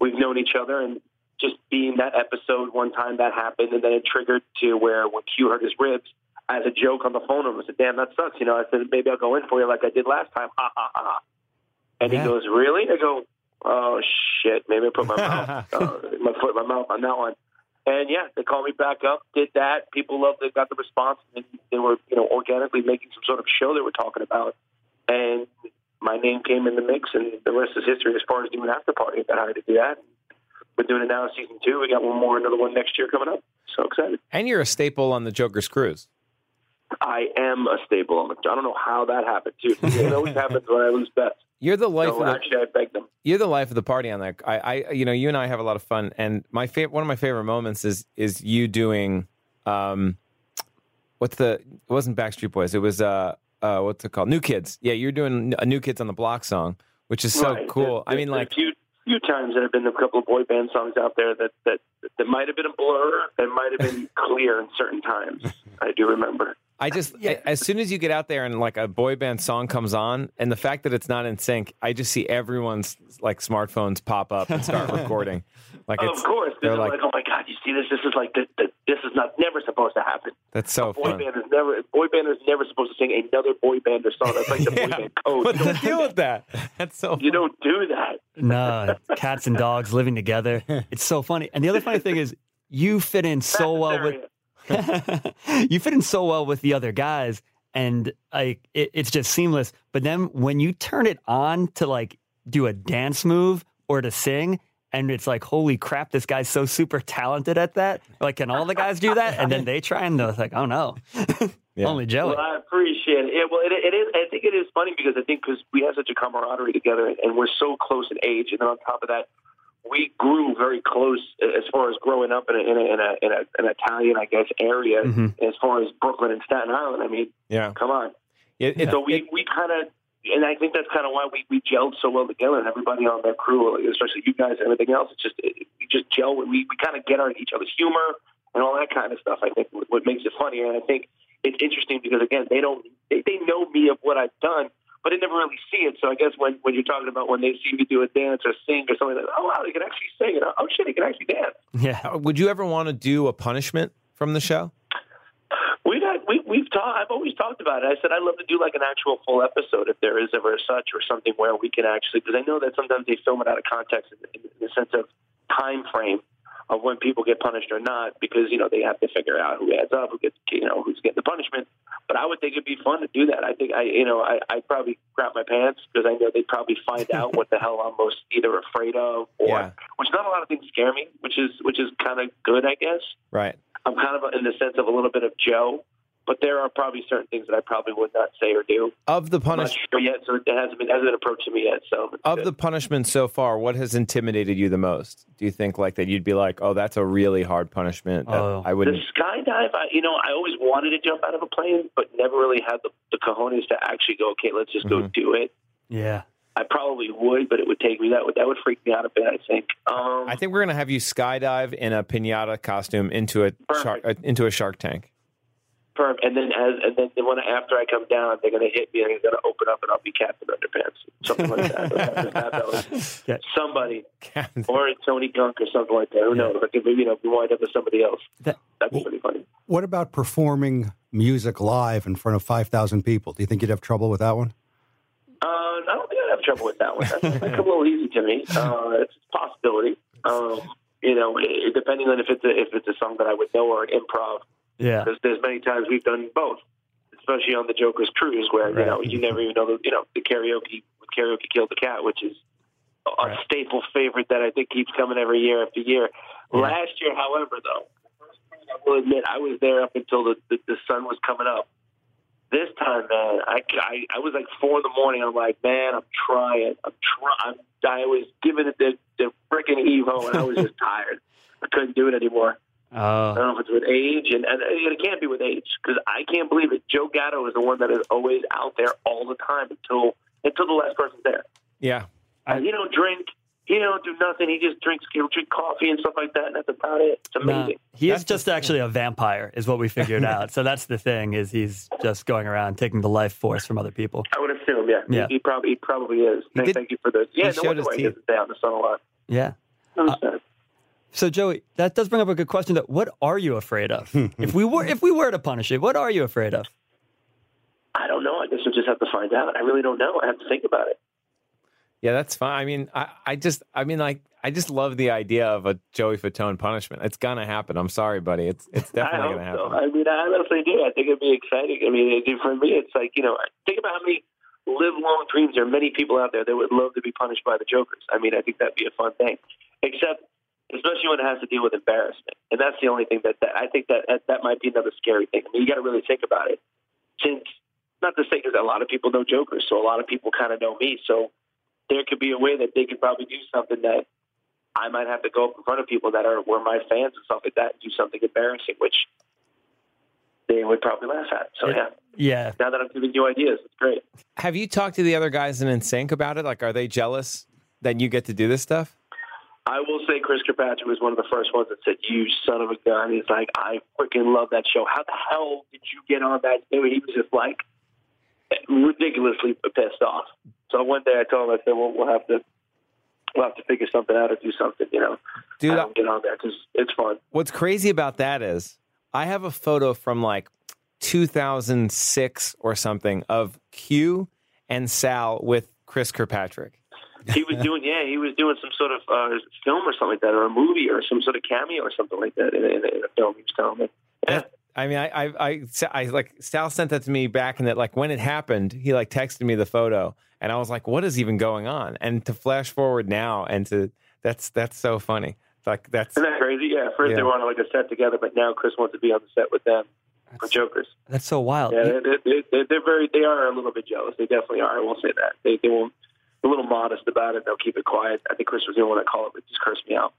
Speaker 3: we've known each other, and just being that episode one time that happened, and then it triggered to where when Q hurt his ribs, as a joke on the phone, and I said, "Damn, that sucks." You know, I said, "Maybe I'll go in for you like I did last time." Ha ha ha. And
Speaker 15: Yeah.
Speaker 3: he goes, "Really?" I go, "Oh shit, maybe I put my mouth, uh, my foot, in my mouth on that one." And yeah, they called me back up, did that. People loved it, got the response, and they were, you know, organically making some sort of show they were talking about. And my name came in the mix, and the rest is history as far as doing after party. I hired to do that. We're doing it now in season two. We got one more, another one next year coming up. So excited.
Speaker 5: And you're a staple on the Joker's cruise.
Speaker 3: I am a staple. on the- I don't know how that happened, too. It always happens when I lose bets.
Speaker 5: You're the life
Speaker 3: So
Speaker 5: of the
Speaker 3: actually, I begged them.
Speaker 5: you're the life of the party on that. I, I, you know, you and I have a lot of fun, and my fa- one of my favorite moments is is you doing, um, what's the? It wasn't Backstreet Boys. It was uh, uh, what's it called? New Kids. Yeah, you're doing a New Kids on the Block song, which is so
Speaker 3: Right.
Speaker 5: cool. I
Speaker 3: There's-
Speaker 5: mean,
Speaker 3: there's
Speaker 5: like,
Speaker 3: a few, few times there have been a couple of boy band songs out there that that that might have been a blur, that might have been clear in certain times. I do remember.
Speaker 5: I just a- as soon as you get out there and like a boy band song comes on, and the fact that it's not in sync, I just see everyone's like smartphones pop up and start recording. Like,
Speaker 3: of
Speaker 5: it's,
Speaker 3: course,
Speaker 5: they're
Speaker 3: like,
Speaker 5: like,
Speaker 3: "Oh my God, you see this? This is like the, the, this is not never supposed to happen."
Speaker 5: that's so
Speaker 3: Boy
Speaker 5: fun.
Speaker 3: band is never boy band is never supposed to sing another boy band or song. That's like the boy band code.
Speaker 5: What's the deal with that? That's so.
Speaker 3: You don't do that.
Speaker 16: no, cats and dogs living together. It's so funny. And the other funny thing is, you fit in so well with you fit in so well with the other guys, and like it, it's just seamless. But then when you turn it on to like do a dance move or to sing. And it's like, holy crap, this guy's so super talented at that. Like, can all the guys do that? And then they try and they're like, oh no, only Joey.
Speaker 3: Well, I appreciate it. Yeah, well, it, it is. I think it is funny because I think because we have such a camaraderie together, and we're so close in age, and then on top of that, we grew very close as far as growing up in a, in a, in a, in a, an Italian, I guess, area
Speaker 5: Mhm.
Speaker 3: as far as Brooklyn and Staten Island. I mean,
Speaker 5: Yeah.
Speaker 3: come on.
Speaker 5: It, it,
Speaker 3: so we we kind of. And I think that's kind of why we, we gelled so well together, and everybody on that crew, like, especially you guys and everything else, it's just it, we just gel. We we kind of get our each other's humor and all that kind of stuff. I think what- what makes it funny, and I think it's interesting because again, they don't they, they know me of what I've done, but they never really see it. So I guess when when you're talking about when they see me do a dance or sing or something, like, oh wow, they can actually sing, and oh shit, they can actually dance.
Speaker 5: Yeah. Would you ever want to do a punishment from the show?
Speaker 3: We've had, we, we've talked. I've always talked about it. I said I'd love to do like an actual full episode if there is ever such or something where we can actually because I know that sometimes they film it out of context in, in the sense of time frame of when people get punished or not because you know they have to figure out who adds up, who gets you know who's getting the punishment. But I would think it'd be fun to do that. I think I you know I I'd probably crap my pants because I know they'd probably find out what the hell I'm most either afraid of or which not a lot of things scare me, which is which is kind of good I guess.
Speaker 5: Right.
Speaker 3: I'm kind of in the sense of a little bit of Joe, but there are probably certain things that I probably would not say or do.
Speaker 5: Of the
Speaker 3: I'm
Speaker 5: punish
Speaker 3: not sure yet, so it hasn't been hasn't been approached to me yet. So
Speaker 5: of the punishment so far, what has intimidated you the most? Do you think like that you'd be like, oh, that's a really hard punishment. that
Speaker 17: Oh.
Speaker 5: I
Speaker 3: the
Speaker 5: wouldn't.
Speaker 3: skydive, I, you know, I always wanted to jump out of a plane, but never really had the, the cojones to actually go. Okay, let's just
Speaker 5: Mm-hmm.
Speaker 3: go do it.
Speaker 16: Yeah.
Speaker 3: I probably would, but it would take me that would that would freak me out a bit. I think. Um,
Speaker 5: I think we're gonna have you skydive in a pinata costume into a shark uh, into a shark tank.
Speaker 3: perm, and then as and then when after I come down, they're gonna hit me and they're gonna open up and I'll be Captain Underpants, something like that. Or Captain Underpants. somebody, or a Tony Gunk or something like that. Who knows? Like maybe you know, we wind up with somebody else. That'd be pretty funny.
Speaker 6: What about performing music live in front of 5,000 people? Do you think you'd have trouble with that one?
Speaker 3: Uh, I don't think I'd have trouble with that one. That's that's a little easy to me. Uh, it's a possibility. Um, you know, it, depending on if it's a, if it's a song that I would know or an improv.
Speaker 16: Yeah.
Speaker 3: Because there's many times we've done both, especially on the Joker's cruise, where you know you never even know the you know the karaoke karaoke killed the cat, which is a a staple favorite that I think keeps coming every year after year. Last year, however, though, I will admit I was there up until the, the, the sun was coming up. This time, man, I, I, I was like four in the morning. I'm like, man, I'm trying. I'm trying. I was giving it the, the freaking evo, and I was just tired. I couldn't do it anymore. I
Speaker 16: Oh,
Speaker 3: don't know if it's with age, and, and it can't be with age because I can't believe it. Joe Gatto is the one that is always out there all the time until until the last person's there.
Speaker 5: Yeah.
Speaker 3: he don't drink. He You don't do nothing. He just drinks, he'll drink coffee and stuff like that, and that's about it. It's
Speaker 17: Nah,
Speaker 3: amazing.
Speaker 17: he is just actually a vampire, is what we figured out. So that's the thing is he's just going around taking the life force from other people.
Speaker 3: I would assume, yeah.
Speaker 17: Yeah.
Speaker 3: He, he probably he probably is.
Speaker 17: He
Speaker 3: Thank,
Speaker 17: did-
Speaker 3: thank you for this. Yeah,
Speaker 17: he
Speaker 3: no
Speaker 17: showed
Speaker 3: wonder
Speaker 17: his
Speaker 3: why he doesn't stay out in the sun a lot.
Speaker 17: Yeah.
Speaker 3: No,
Speaker 17: Uh, so Joey, that does bring up a good question. Though. What are you afraid of? if we were if we were to punish it, what are you afraid of?
Speaker 3: I don't know. I guess we'll just have to find out. I really don't know. I have to think about it.
Speaker 5: Yeah, that's fine. I mean, I, I just, I mean, like, I just love the idea of a Joey Fatone punishment. It's gonna happen. I'm sorry, buddy. It's it's
Speaker 3: I
Speaker 5: definitely
Speaker 3: hope
Speaker 5: gonna happen.
Speaker 3: so. I mean, I honestly do. I think it'd be exciting. I mean, it, for me, it's like you know, think about how many live long dreams. There are many people out there that would love to be punished by the jokers. I mean, I think that'd be a fun thing. Except, especially when it has to deal with embarrassment, and that's the only thing that, that I think that, that that might be another scary thing. I mean, you got to really think about it. Since not to say because a lot of people know jokers, so a lot of people kind of know me. So there could be a way that they could probably do something that. I might have to go up in front of people that are were my fans and stuff like that and do something embarrassing, which they would probably laugh at. So yeah.
Speaker 17: Yeah.
Speaker 3: Now that I'm giving you ideas, it's great.
Speaker 5: Have you talked to the other guys in NSYNC about it? Like, are they jealous that you get to do this stuff?
Speaker 3: I will say Chris Kirkpatrick was one of the first ones that said, "You son of a gun." He's like, "I freaking love that show. How the hell did you get on that?" show?" He was just like ridiculously pissed off. So one day I told him, I said, "Well, we'll have to." We'll have to figure something out or do something, you know.
Speaker 5: Dude,
Speaker 3: I don't get on there because it's fun.
Speaker 5: What's crazy about that is I have a photo from like 2006 or something of Q and Sal with Chris Kirkpatrick.
Speaker 3: He was doing, yeah, he was doing some sort of uh, film or something like that, or a movie, or some sort of cameo or something like that in, in, in a film. He was telling me.
Speaker 5: I mean, I, I, I, I like Sal sent that to me back, and that like when it happened, he like texted me the photo, and I was like, "What is even going on?" And to flash forward now, and to that's that's so funny. Like that's
Speaker 3: Isn't that crazy? Yeah. At first
Speaker 5: Yeah.
Speaker 3: they were on like a set together, but now Chris wants to be on the set with them for Jokers.
Speaker 17: That's so wild.
Speaker 3: Yeah, they're, they're, they're, they're very. They are a little bit jealous. They definitely are. I will say that. They they won't. A little modest about it. They'll keep it quiet. I think Chris was the only one that called it, but just cursed me out.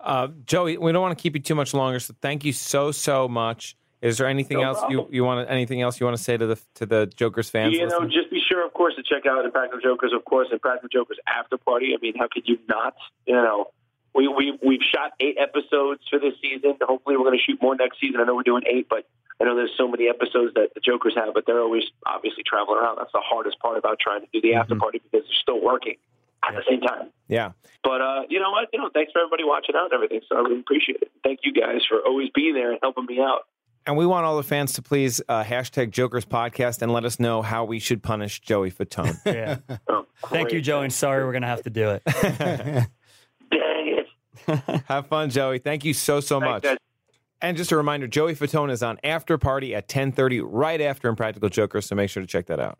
Speaker 5: uh, Joey. We don't want to keep you too much longer, so thank you so so much. Is there anything
Speaker 3: No
Speaker 5: else
Speaker 3: problem.
Speaker 5: you you want to, anything else you want to say to the to the Joker's fans?
Speaker 3: you know,
Speaker 5: listening?
Speaker 3: just be sure, of course, to check out Impractical Jokers, of course, Impractical Jokers After Party. I mean, how could you not? You know, we, we, we've shot eight episodes for this season. Hopefully, we're going to shoot more next season. I know we're doing eight, but I know there's so many episodes that the Jokers have, but they're always obviously traveling around. That's the hardest part about trying to do the after party because they're still working at the same time.
Speaker 5: Mm-hmm. yeah.
Speaker 3: But uh, you know what? You know, thanks for everybody watching out and everything. So I really appreciate it. Thank you guys for always being there and helping me out.
Speaker 5: And we want all the fans to please uh, hashtag Joker's podcast and let us know how we should punish Joey Fatone.
Speaker 17: Yeah.
Speaker 18: Oh,
Speaker 17: Thank you, Joey. And sorry we're gonna have to do it.
Speaker 5: Have fun, Joey. Thank you so so much. And just a reminder, Joey Fatone is on After Party at 10:30 right after Impractical Joker, so make sure to check that out.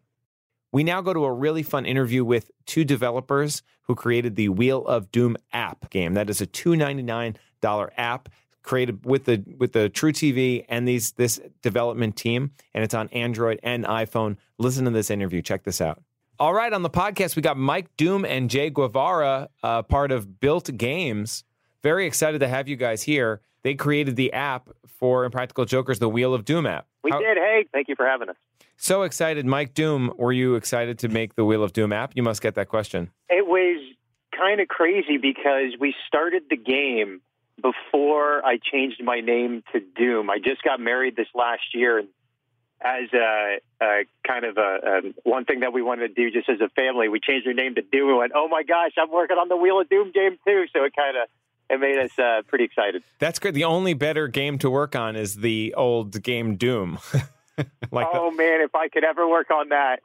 Speaker 5: We now go to a really fun interview with two developers who created the Wheel of Doom app game. That is a $2.99 app created with the with the True TV and these this development team and it's on Android and iPhone. Listen to this interview. Check this out. All right, on the podcast, we got Mike Doom and Jay Guevara, uh, part of Built Games. Very excited to have you guys here. They created the app for Impractical Jokers, the Wheel of Doom app.
Speaker 18: We did. Hey, thank you for having us.
Speaker 5: So excited. Mike Doom, were you excited to make the Wheel of Doom app? You must get that question.
Speaker 18: It was kind of crazy because we started the game before I changed my name to Doom. I just got married this last year, and as a, a kind of a um, one thing that we wanted to do, just as a family, we changed our name to Doom. We went, "Oh my gosh, I'm working on the Wheel of Doom game too!" So it kind of it made us uh, pretty excited.
Speaker 5: That's good. The only better game to work on is the old game Doom. like the-
Speaker 18: oh man, if I could ever work on that.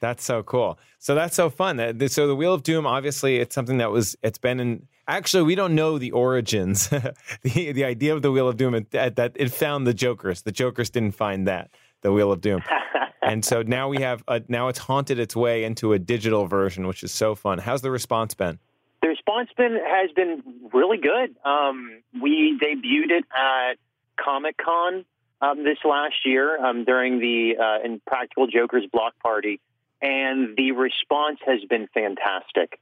Speaker 5: That's so cool. So that's so fun. That- that- So the Wheel of Doom, obviously, it's something that was it's been in. Actually, we don't know the origins. the The idea of the Wheel of Doom it- that that it found the Joker's. The Joker's didn't find that the Wheel of Doom. and so now we have a, now it's haunted its way into a digital version, which is so fun. How's the response been?
Speaker 18: The response been has been really good. Um, we debuted it at Comic Con um, this last year um, during the uh, Impractical Jokers block party, and the response has been fantastic.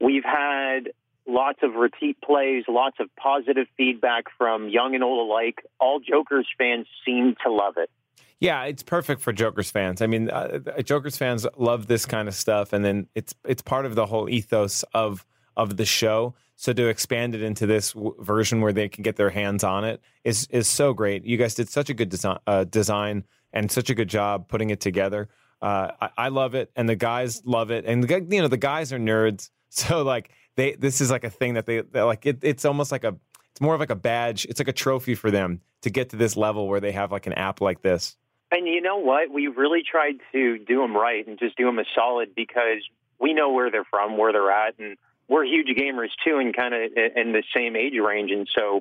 Speaker 18: We've had lots of repeat plays, lots of positive feedback from young and old alike. All Jokers fans seem to love it.
Speaker 5: Yeah, it's perfect for Joker's fans. I mean, uh, Joker's fans love this kind of stuff, and then it's it's part of the whole ethos of of the show. So to expand it into this w- version where they can get their hands on it is is so great. You guys did such a good design, uh, design and such a good job putting it together. Uh, I, I love it, and the guys love it, and the, gu- you know the guys are nerds, so like they this is like a thing that they they're like it, it's almost like a it's more of like a badge. It's like a trophy for them to get to this level where they have like an app like this.
Speaker 3: And you know what? We really tried to do them right and just do them a solid because we know where they're from, where they're at, and we're huge gamers too, and kind of in the same age range. And so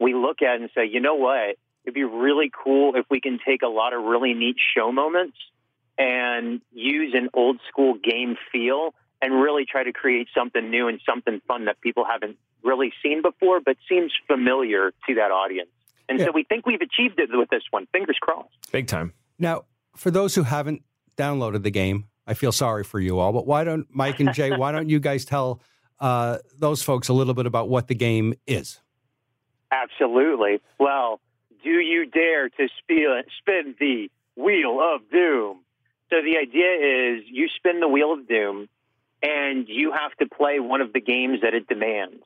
Speaker 3: we look at it and say, you know what? It'd be really cool if we can take a lot of really neat show moments and use an old school game feel and really try to create something new and something fun that people haven't really seen before, but seems familiar to that audience. And so we think we've achieved it with this one. Fingers crossed.
Speaker 5: Big time.
Speaker 6: Now, for those who haven't downloaded the game, I feel sorry for you all, but why don't Mike and Jay, why don't you guys tell uh, those folks a little bit about what the game is?
Speaker 3: Absolutely. Well, do you dare to spiel, spin the wheel of doom? So the idea is you spin the wheel of doom and you have to play one of the games that it demands.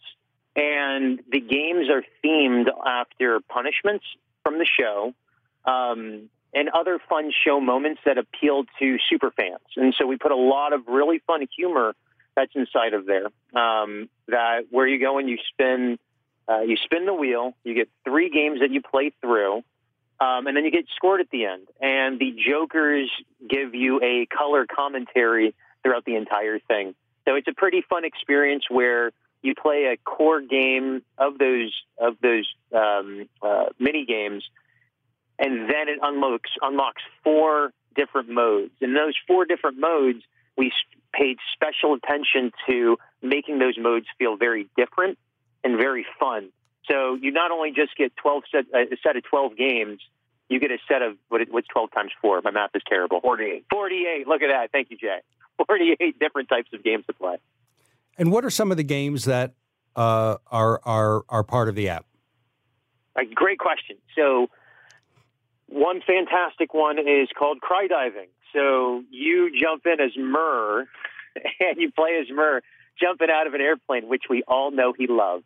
Speaker 3: And the games are themed after punishments from the show um, and other fun show moments that appeal to super fans. And so we put a lot of really fun humor that's inside of there. Um, that where you go and you spin, uh, you spin the wheel. You get three games that you play through, um, and then you get scored at the end. And the jokers give you a color commentary throughout the entire thing. So it's a pretty fun experience where you play a core game of those of those um, uh, mini games, and then it unlocks unlocks four different modes. In those four different modes, we s- paid special attention to making those modes feel very different and very fun. So you not only just get twelve set, a set of twelve games, you get a set of what, it- what's twelve times four. My math is terrible. Forty-eight. Forty-eight. Look at that. Thank you, Jay. Forty-eight different types of games to play.
Speaker 6: And what are some of the games that uh, are are are part of the app?
Speaker 3: A great question. So, one fantastic one is called cry diving. So, you jump in as Murr and you play as Murr jumping out of an airplane, which we all know he loves.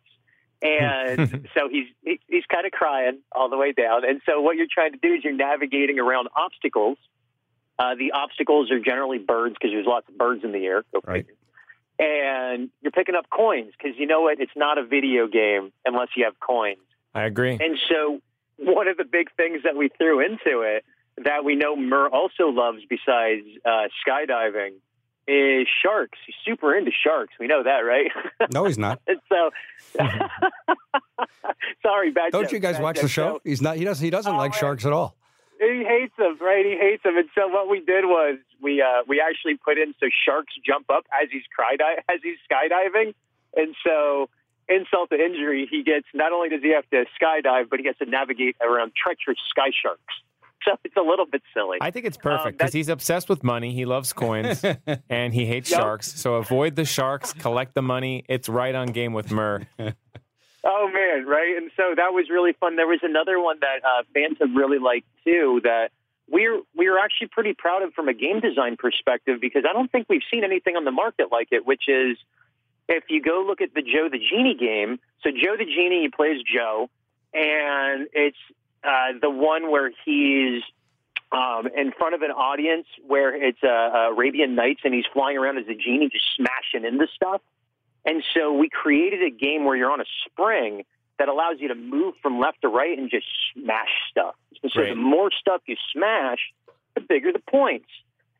Speaker 3: And so he's he, he's kind of crying all the way down. And so what you're trying to do is you're navigating around obstacles. Uh, the obstacles are generally birds because there's lots of birds in the air. Go
Speaker 5: right.
Speaker 3: And you're picking up coins because you know what? It's not a video game unless you have coins.
Speaker 5: I agree.
Speaker 3: And so, one of the big things that we threw into it that we know Murr also loves, besides uh, skydiving, is sharks. He's super into sharks. We know that, right?
Speaker 6: No, he's not.
Speaker 3: and so, sorry, bad.
Speaker 6: Don't
Speaker 3: joke,
Speaker 6: you guys
Speaker 3: bad
Speaker 6: watch the
Speaker 3: joke.
Speaker 6: show? He's not. He doesn't. He doesn't like sharks at all.
Speaker 3: He hates them, right? He hates them. And so what we did was we uh, we actually put in so sharks jump up as he's cry di- as he's skydiving, and so insult to injury, he gets not only does he have to skydive, but he has to navigate around treacherous sky sharks. So it's a little bit silly.
Speaker 5: I think it's perfect because he's obsessed with money. He loves coins and he hates
Speaker 3: Yep.
Speaker 5: sharks. So avoid the sharks, collect the money. It's right on game with Murr.
Speaker 3: Oh man, right? And so that was really fun. There was another one that uh, fans have really liked too. That we're we're actually pretty proud of from a game design perspective because I don't think we've seen anything on the market like it. Which is, if you go look at the Joe the Genie game, so Joe the Genie he plays Joe, and it's uh, the one where he's um, in front of an audience where it's uh, uh, Arabian Nights and he's flying around as a genie, just smashing into stuff. And so we created a game where you're on a spring that allows you to move from left to right and just smash stuff. And so the
Speaker 19: Right.
Speaker 3: more stuff you smash, the bigger the points.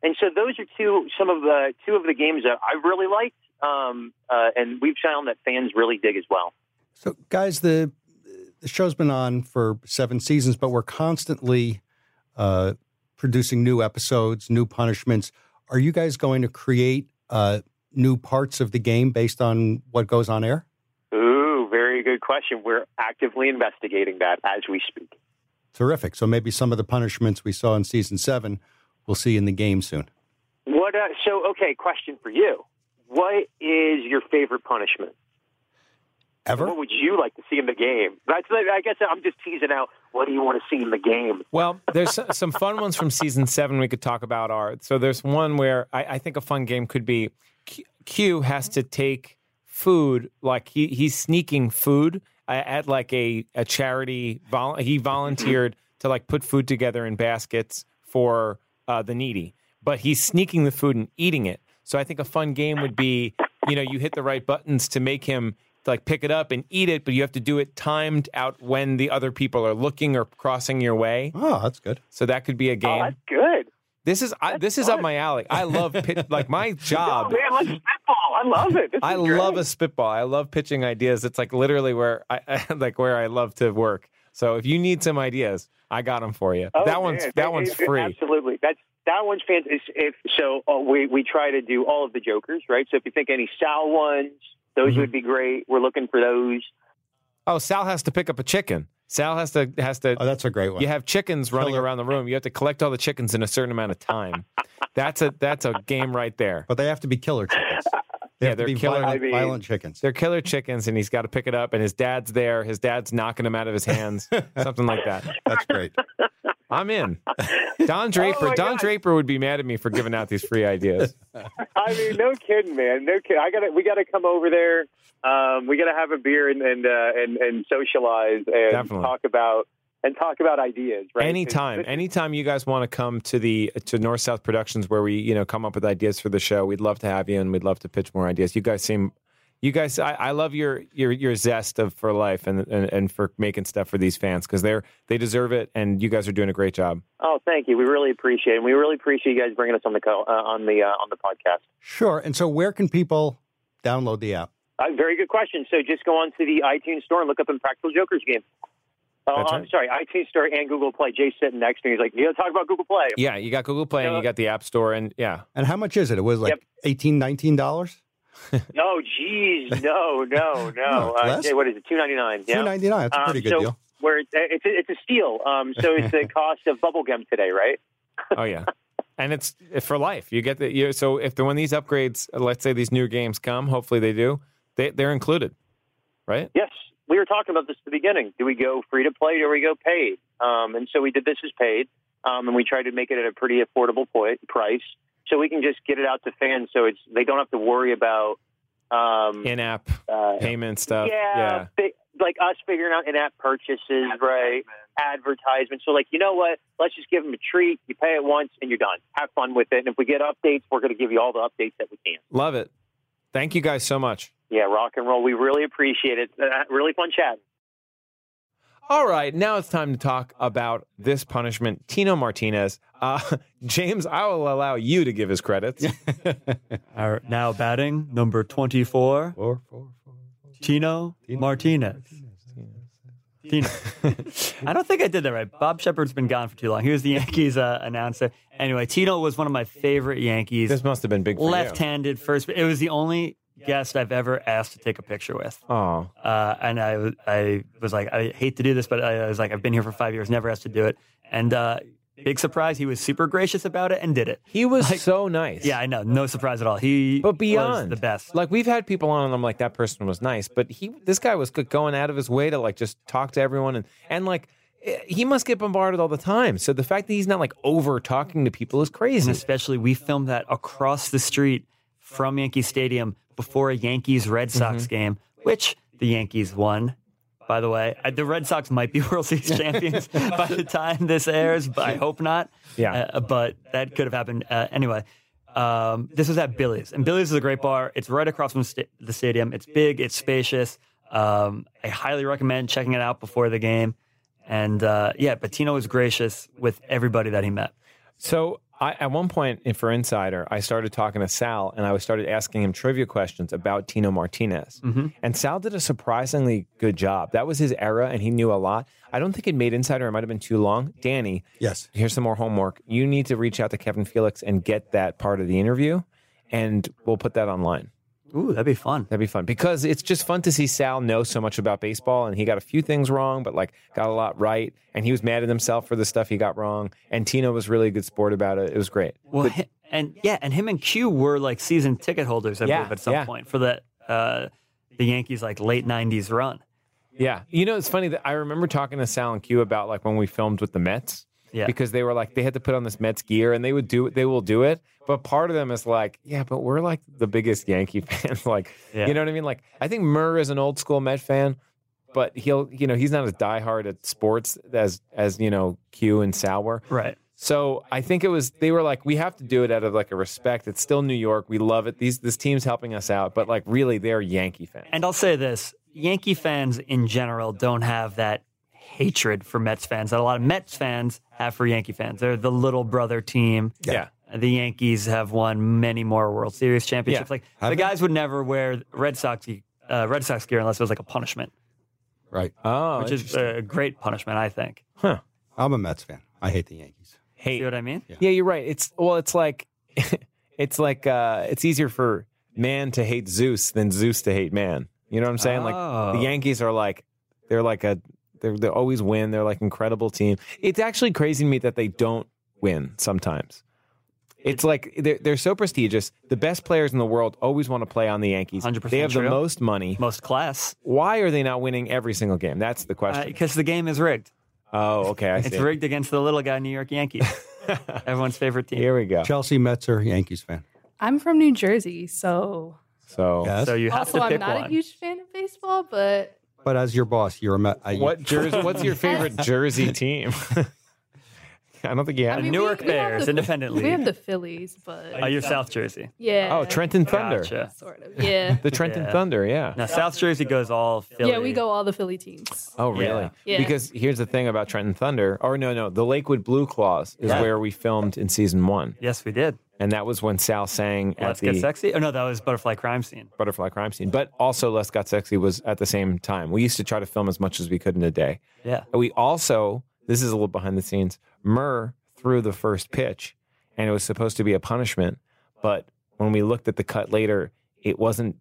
Speaker 3: And so those are two some of the two of the games that I really liked, um, uh, and we've found that fans really dig as well.
Speaker 6: So, guys, the the show's been on for seven seasons, but we're constantly uh, producing new episodes, new punishments. Are you guys going to create uh, new parts of the game based on what goes on air?
Speaker 3: Ooh, very good question. We're actively investigating that as we speak.
Speaker 6: Terrific. So maybe some of the punishments we saw in season seven, we'll see in the game soon.
Speaker 3: What? Uh, so, okay, question for you. What is your favorite punishment?
Speaker 6: Ever?
Speaker 3: What would you like to see in the game? That's. I guess I'm just teasing out. What do you want to see in the game?
Speaker 5: Well, there's s- some fun ones from season seven we could talk about. Are so there's one where I, I think a fun game could be Q, Q has to take food. Like he he's sneaking food at, at like a a charity. Vol- he volunteered to like put food together in baskets for uh, the needy, but he's sneaking the food and eating it. So I think a fun game would be, you know, you hit the right buttons to make him like pick it up and eat it, but you have to do it timed out when the other people are looking or crossing your way.
Speaker 20: Oh, that's good.
Speaker 5: So that could be a
Speaker 3: Oh,
Speaker 5: game.
Speaker 3: that's good.
Speaker 5: This is I, this is up my alley. I love pit, like my job.
Speaker 3: Oh, Man, let's spitball. Ah, I love it. This
Speaker 5: I
Speaker 3: is great.
Speaker 5: love a spitball. I love pitching ideas. It's like literally where I like where I love to work. So if you need some ideas, I got them for you.
Speaker 3: Oh,
Speaker 5: that one's
Speaker 3: man.
Speaker 5: that, one's
Speaker 3: is-
Speaker 5: free.
Speaker 3: Absolutely. That's that one's fantastic. If so, uh, we we try to do all of the jokers, right? So if you think any Sal ones, those
Speaker 5: Mm-hmm.
Speaker 3: would be great. We're looking for those.
Speaker 5: Oh, Sal has to pick up a chicken. Sal has to has to. Oh,
Speaker 20: that's a great one.
Speaker 5: You have chickens running around the room. You have to collect all the chickens in a certain amount of time. that's a that's a game right there.
Speaker 20: But they have to be killer chickens. They
Speaker 5: yeah,
Speaker 20: have to
Speaker 5: they're
Speaker 20: be
Speaker 5: killer
Speaker 20: violent- violent chickens.
Speaker 5: They're killer chickens, and he's got to pick it up. And his dad's there. His dad's knocking him out of his hands. something like that.
Speaker 20: That's great.
Speaker 5: I'm in. Don Draper.
Speaker 3: Oh my
Speaker 5: Don Draper would be mad at me for giving out these free ideas.
Speaker 3: I mean, no kidding, man. No kidding. I got to we got to come over there. Um, we got to have a beer and and uh, and, and socialize and
Speaker 5: Definitely.
Speaker 3: talk about and talk about ideas. Right?
Speaker 5: Anytime, anytime you guys want to come to the to North South Productions where we you know come up with ideas for the show, we'd love to have you and we'd love to pitch more ideas. You guys seem, you guys, I, I love your your your zest of for life and and, and for making stuff for these fans because they're they deserve it and you guys are doing a great job.
Speaker 3: Oh, thank you. We really appreciate it. And we really appreciate you guys bringing us on the co- uh, on the uh, on the podcast.
Speaker 20: Sure. And so, where can people download the app?
Speaker 3: Uh, very good question. So just go on to the iTunes store and look up Impractical Jokers game. Oh,
Speaker 5: That's
Speaker 3: I'm
Speaker 5: right.
Speaker 3: sorry, iTunes store and Google Play. Jay's sitting next to me. He's like, you got to talk about Google Play.
Speaker 5: Yeah, you got Google Play and you got the App Store and yeah,
Speaker 20: And how much is it? It was like eighteen, nineteen dollars.
Speaker 3: No, geez, no, no, no.
Speaker 20: No,
Speaker 3: uh,
Speaker 20: less.
Speaker 3: Jay, what is it? Two ninety nine.
Speaker 20: $2.99, that's a pretty good
Speaker 3: so
Speaker 20: deal.
Speaker 3: Where it's it's a, it's a steal. Um, so it's the cost of bubble gum today, right?
Speaker 5: oh yeah, and it's eh, for life. You get the you so if the when these upgrades, let's say these new games come, hopefully they do, they they're included, right?
Speaker 3: Yes, we were talking about this at the beginning. Do we go free to play or do we go paid? Um, and so we did this as paid, um, and we tried to make it at a pretty affordable poi- price, so we can just get it out to fans, so it's they don't have to worry about um,
Speaker 5: In app
Speaker 3: uh,
Speaker 5: payment stuff.
Speaker 3: yeah, fi- like us figuring out in-app purchases, right? Advertisements. So, like, you know what? Let's just give them a treat. You pay it once, and you're done. Have fun with it. And if we get updates, we're going to give you all the updates that we can.
Speaker 5: Love it. Thank you guys so much.
Speaker 3: Yeah, rock and roll. We really appreciate it. Uh, really fun chat.
Speaker 5: All right, now it's time to talk about this punishment, Tino Martinez. Uh, James, I will allow you to give his credits.
Speaker 6: Are now batting number 24, Tino Martinez. Tino. I don't think I did that right. Bob Shepard's been gone for too long. He was the Yankees uh, announcer. Anyway, Tino was one of my favorite Yankees.
Speaker 5: This must have been big for you.
Speaker 6: Left-handed first. It was the only guest I've ever asked to take a picture with.
Speaker 5: Oh,
Speaker 6: uh, and I was- I was like, I hate to do this, but I, I was like, I've been here for five years, never asked to do it, and uh, big surprise, he was super gracious about it and did it.
Speaker 5: He was so nice.
Speaker 6: Yeah, I know, no surprise at all. He
Speaker 5: but beyond
Speaker 6: was the best.
Speaker 5: Like we've had people on, and I'm like, that person was nice, but he, this guy was good- going out of his way to like just talk to everyone, and and like eh, he must get bombarded all the time. So the fact that he's not like over talking to people is crazy.
Speaker 6: And especially, we filmed that across the street from Yankee Stadium before a Yankees Red Sox
Speaker 5: Mhm.
Speaker 6: game, which the Yankees won. By the way, I- the Red Sox might be World Series champions by the time this airs, but I hope not.
Speaker 5: Yeah.
Speaker 6: Uh, but that could have happened uh, anyway. Um, this was at Billy's, and Billy's is a great bar. It's right across from sta- the stadium. It's big, it's spacious. Um, I highly recommend checking it out before the game. And uh, yeah, Patino was gracious with everybody that he met.
Speaker 5: So I, at one point in- for Insider, I started talking to Sal and I was started asking him trivia questions about Tino Martinez.
Speaker 6: Mhm.
Speaker 5: And Sal did a surprisingly good job. That was his era and he knew a lot. I don't think it made Insider. It might have been too long. Danny.
Speaker 20: Yes.
Speaker 5: Here's some more homework. You need to reach out to Kevin Felix and get that part of the interview and we'll put that online.
Speaker 6: Ooh, that'd be fun.
Speaker 5: That'd be fun because it's just fun to see Sal know so much about baseball, and he got a few things wrong, but like got a lot right, and he was mad at himself for the stuff he got wrong. And Tino was really a good sport about it. It was great.
Speaker 6: Well, hi- and yeah, and him and Q were like season ticket holders, I
Speaker 5: Yeah,
Speaker 6: believe, at some
Speaker 5: yeah.
Speaker 6: point for that uh, the Yankees like late '90s run.
Speaker 5: Yeah. You know, it's funny that I remember talking to Sal and Q about like when we filmed with the Mets.
Speaker 3: Yeah.
Speaker 5: because they were like they had to put on this Mets gear and they would do they will do it. But part of them is like, yeah, but we're like the biggest Yankee fans. like,
Speaker 3: Yeah.
Speaker 5: you know what I mean? Like, I think Murr is an old school Met fan, but he'll you know he's not as diehard at sports as as you know Q and Sauer.
Speaker 3: Right.
Speaker 5: So I think it was they were like, we have to do it out of like a respect. It's still New York. We love it. These this team's helping us out, but like really they're Yankee fans.
Speaker 3: And I'll say this Yankee fans in general don't have that hatred for Mets fans that a lot of Mets fans have for Yankee fans. They're the little brother team.
Speaker 5: Yeah.
Speaker 3: The Yankees have won many more World Series championships.
Speaker 5: Yeah.
Speaker 3: Like
Speaker 5: Have
Speaker 3: the
Speaker 5: they?
Speaker 3: guys would never wear Red Sox uh, Red Sox gear unless it was like a punishment.
Speaker 6: Right.
Speaker 5: Oh,
Speaker 3: which is uh, a great punishment, I think.
Speaker 5: Huh.
Speaker 6: I'm a Mets fan. I hate the Yankees.
Speaker 5: Hey,
Speaker 3: See what I mean?
Speaker 5: Yeah. you're right. It's well, it's like it's like uh it's easier for man to hate Zeus than Zeus to hate man. You know what I'm saying? Like
Speaker 3: Oh.
Speaker 5: the Yankees are like they're like a they're, they always win. They're like incredible team. It's actually crazy to me that they don't win sometimes. It's like they're, they're so prestigious. The best players in the world always want to play on the Yankees.
Speaker 3: 100%
Speaker 5: They have the
Speaker 3: true.
Speaker 5: most money,
Speaker 3: most class.
Speaker 5: Why are they not winning every single game? That's the question.
Speaker 3: Because the game is rigged.
Speaker 5: oh, okay. I
Speaker 3: It's
Speaker 5: see.
Speaker 3: rigged against the little guy New York Yankees. Everyone's favorite team.
Speaker 5: Here we go.
Speaker 6: Chelsea Metzer, Yankees fan.
Speaker 11: I'm from New Jersey, so
Speaker 5: So,
Speaker 3: so you
Speaker 11: also I'm not a huge fan of baseball, but
Speaker 6: But as your boss, you're a Met. I-
Speaker 5: What jersey? What's your favorite jersey team? I don't think you have
Speaker 11: I mean,
Speaker 3: Newark
Speaker 11: we, we have
Speaker 3: Bears,
Speaker 11: the,
Speaker 3: independent
Speaker 11: We
Speaker 3: league.
Speaker 11: have the Phillies, but
Speaker 3: Oh, you're South Jersey.
Speaker 11: Yeah.
Speaker 5: Oh, Trenton Thunder.
Speaker 3: uh, Gotcha.
Speaker 11: sort of. Yeah.
Speaker 5: The Trenton Thunder, yeah.
Speaker 3: Now South Jersey goes all Philly.
Speaker 11: Yeah, we go all the Philly teams.
Speaker 5: Oh, really?
Speaker 11: Yeah.
Speaker 5: Because here's the thing about Trenton Thunder. Or no, no, the Lakewood Blue Claws is
Speaker 3: Yeah.
Speaker 5: where we filmed in season one,
Speaker 3: Yes, we did.
Speaker 5: and that was when Sal sang at
Speaker 3: Let's
Speaker 5: the
Speaker 3: get sexy. Oh no, that was Butterfly Crime Scene.
Speaker 5: Butterfly Crime Scene. But also, Les Got Sexy was at the same time. We used to try to film as much as we could in a day.
Speaker 3: Yeah.
Speaker 5: We also, this is a little behind the scenes, Murr threw the first pitch and it was supposed to be a punishment. But when we looked at the cut later, it wasn't,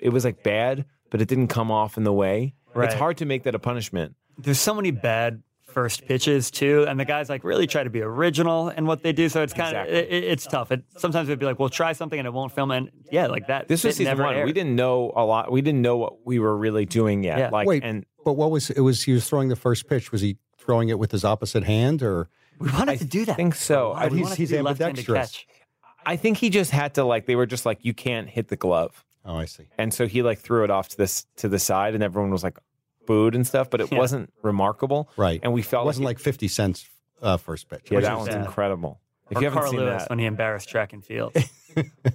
Speaker 5: it was like bad, but it didn't come off in the way.
Speaker 3: Right.
Speaker 5: It's hard to make that a punishment.
Speaker 3: There's so many bad first pitches too, and the guys like really try to be original in what they do. So it's kind of
Speaker 5: Exactly.
Speaker 3: it, it- it's tough. It, sometimes we'd be like, "We'll try something and it won't film," and yeah, like that.
Speaker 5: This was
Speaker 3: bit
Speaker 5: season
Speaker 3: never
Speaker 5: one.
Speaker 3: aired.
Speaker 5: We didn't know a lot. We didn't know what we were really doing yet. Like,
Speaker 6: Wait,
Speaker 5: and
Speaker 6: but what was it? Was he was throwing the first pitch? Was he throwing it with his opposite hand or?
Speaker 3: We wanted to do that. I
Speaker 5: think so. I,
Speaker 6: he's he's ambidextrous.
Speaker 5: I think he just had to like they were just like you can't hit the glove.
Speaker 6: Oh, I see.
Speaker 5: And so he like threw it off to this to the side, and everyone was like booed and stuff, but it
Speaker 6: Yeah.
Speaker 5: wasn't remarkable.
Speaker 6: Right.
Speaker 5: And we felt
Speaker 6: It wasn't like fifty cents uh, first pitch.
Speaker 5: yeah,
Speaker 6: Which
Speaker 5: that
Speaker 6: is-
Speaker 5: one's incredible. If
Speaker 3: Or
Speaker 5: you haven't
Speaker 3: Carl
Speaker 5: seen
Speaker 3: Lewis
Speaker 5: that,
Speaker 3: when he embarrassed track and field.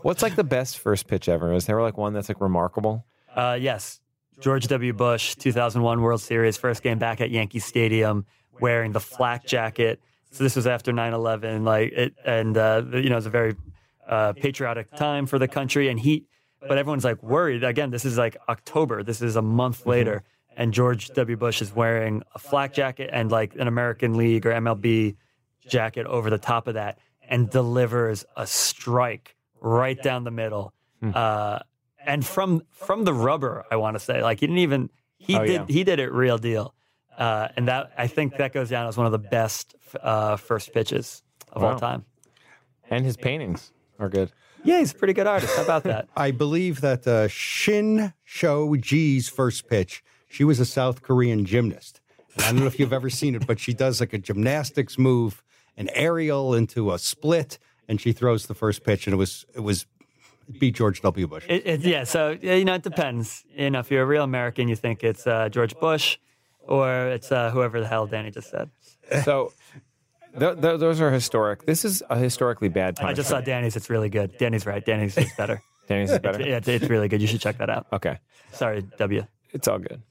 Speaker 5: what's like the best first pitch ever? Is there like one that's like remarkable?
Speaker 3: Uh, yes, George W. Bush, 2001 World Series, first game back at Yankee Stadium, wearing the flak jacket. So this was after 9/11, like it, and uh, you know, it's a very uh, patriotic time for the country, and he. But everyone's like worried. Again, this is like October. This is a month later, and George W. Bush is wearing a flak jacket and like an American League or MLB jacket over the top of that, and delivers a strike right down the middle. Uh, and from from the rubber, I want to say, like he didn't even he
Speaker 5: Oh,
Speaker 3: did
Speaker 5: yeah.
Speaker 3: he did it real deal, uh, and that I think that goes down as one of the best uh, first pitches of
Speaker 5: Wow.
Speaker 3: all time.
Speaker 5: And his paintings are good.
Speaker 3: Yeah, he's a pretty good artist. How about that?
Speaker 6: I believe that uh, Shin Sho Ji's first pitch, she was a South Korean gymnast. And I don't know if you've ever seen it, but she does like a gymnastics move, an aerial into a split, and she throws the first pitch, and it was it was it beat George W. Bush.
Speaker 3: It, it, yeah, so yeah, you know it depends. You know, if you're a real American, you think it's uh, George Bush, or it's uh, whoever the hell Danny just said.
Speaker 5: So th- th- those are historic. This is a historically bad time.
Speaker 3: I just saw Danny's. It's really good. Danny's right. Danny's is better.
Speaker 5: Danny's is better?
Speaker 3: It's, yeah, it's, it's really good. You should check that out.
Speaker 5: Okay.
Speaker 3: Sorry, W.
Speaker 5: It's all good.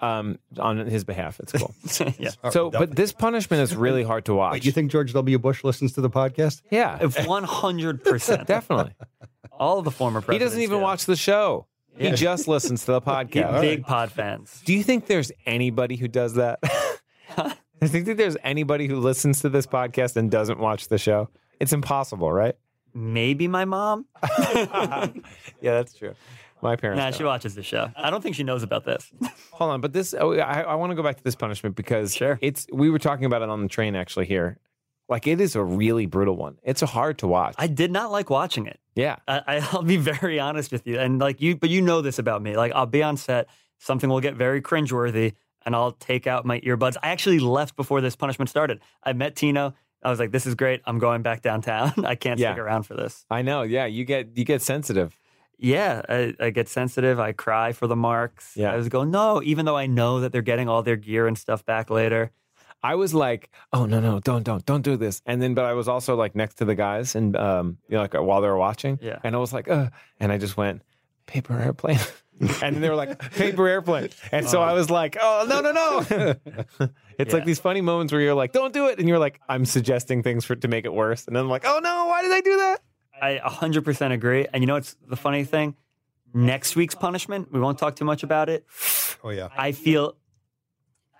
Speaker 5: Um, on his behalf, it's cool.
Speaker 3: yeah.
Speaker 5: So, but this punishment is really hard to watch.
Speaker 6: Wait, you think George W. Bush listens to the podcast?
Speaker 5: Yeah,
Speaker 3: one hundred percent,
Speaker 5: definitely.
Speaker 3: All of the former
Speaker 5: He
Speaker 3: presidents.
Speaker 5: doesn't even
Speaker 3: do.
Speaker 5: watch the show. He
Speaker 3: Yeah.
Speaker 5: just listens to the
Speaker 3: He-
Speaker 5: podcast.
Speaker 3: big pod fans.
Speaker 5: Do you think there's anybody who does that? I think that there's anybody who listens to this podcast and doesn't watch the show. It's impossible, right?
Speaker 3: Maybe my mom.
Speaker 5: Yeah, that's true. My parents.
Speaker 3: Nah,
Speaker 5: don't.
Speaker 3: she watches the show. I don't think she knows about this.
Speaker 5: Hold on, but this oh, I, I want to go back to this punishment because it's we were talking about it on the train actually here. Like it is a really brutal one. It's hard to watch.
Speaker 3: I did not like watching it.
Speaker 5: Yeah.
Speaker 3: I, I- I'll be very honest with you, and like you, but you know this about me. Like I'll be on set, something will get very cringeworthy, and I'll take out my earbuds. I actually left before this punishment started. I met Tino. I was like, this is great. I'm going back downtown. I can't
Speaker 5: Yeah.
Speaker 3: stick around for this.
Speaker 5: I know. Yeah, you get you get sensitive.
Speaker 3: Yeah, I, I get sensitive. I cry for the marks. Yeah. I was going, no, even though I know that they're getting all their gear and stuff back later.
Speaker 5: I was like, oh no no don't don't don't do this and then but i was also like next to the guys and um you know like while they were watching yeah and i was like uh and i just went paper airplane and then they were like paper airplane and so i was like oh no no no it's like these funny moments where you're like don't do it and you're like i'm suggesting things for to make it worse and then i'm like oh no why did i do that
Speaker 3: I 100% agree. And you know what's the funny thing? Next week's punishment, we won't talk too much about it.
Speaker 6: Oh, yeah.
Speaker 3: I feel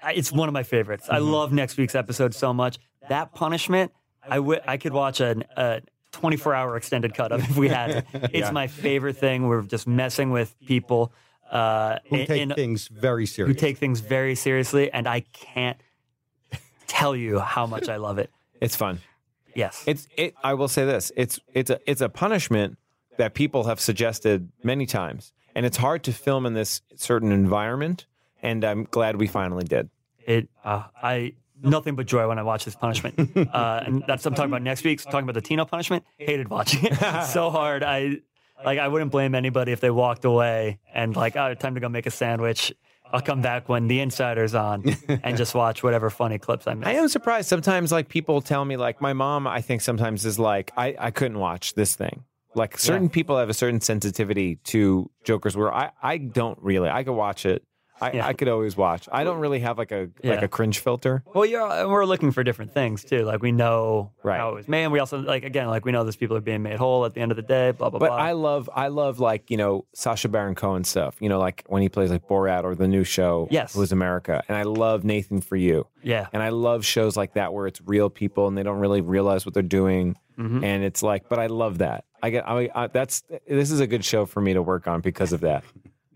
Speaker 3: I- it's one of my favorites. I
Speaker 6: Mm-hmm.
Speaker 3: love next week's episode so much. That punishment, I wi- I could watch an, a 24 hour extended cut of if we had it. It's
Speaker 6: Yeah.
Speaker 3: my favorite thing. We're just messing with people. Uh,
Speaker 6: Who take
Speaker 3: in-
Speaker 6: things very
Speaker 3: who
Speaker 6: serious.
Speaker 3: take things very seriously, and I can't tell you how much I love it.
Speaker 5: It's fun.
Speaker 3: Yes.
Speaker 5: It's it I will say this. It's it's a it's a punishment that people have suggested many times. And it's hard to film in this certain environment. And I'm glad we finally did.
Speaker 3: It uh, I nothing but joy when I watch this punishment. uh, and that's what I'm talking about next week's talking about the Tino punishment. Hated watching it so hard. I like I wouldn't blame anybody if they walked away and like oh time to go make a sandwich. I'll come back when the insider's on and just watch whatever funny clips I
Speaker 5: I
Speaker 3: missed.
Speaker 5: am surprised sometimes like people tell me like my mom I think sometimes is like I, I couldn't watch this thing. Like certain people have a certain sensitivity to Jokers where I, I don't really I could watch it. I, I could always watch. I don't really have like a like
Speaker 3: Yeah.
Speaker 5: a cringe filter.
Speaker 3: Well, yeah, and we're looking for different things too. Like we know how it was made. and We also like again, like we know those people are being made whole at the end of the day. Blah blah
Speaker 5: but
Speaker 3: blah.
Speaker 5: I love I love like you know Sasha Baron Cohen stuff. You know, like when he plays like Borat or the new show,
Speaker 3: Yes.
Speaker 5: Who's America, and I love Nathan for You.
Speaker 3: Yeah.
Speaker 5: and I love shows like that where it's real people and they don't really realize what they're doing,
Speaker 3: Mhm.
Speaker 5: and it's like, but I love that. I get I, I that's this is a good show for me to work on because of that.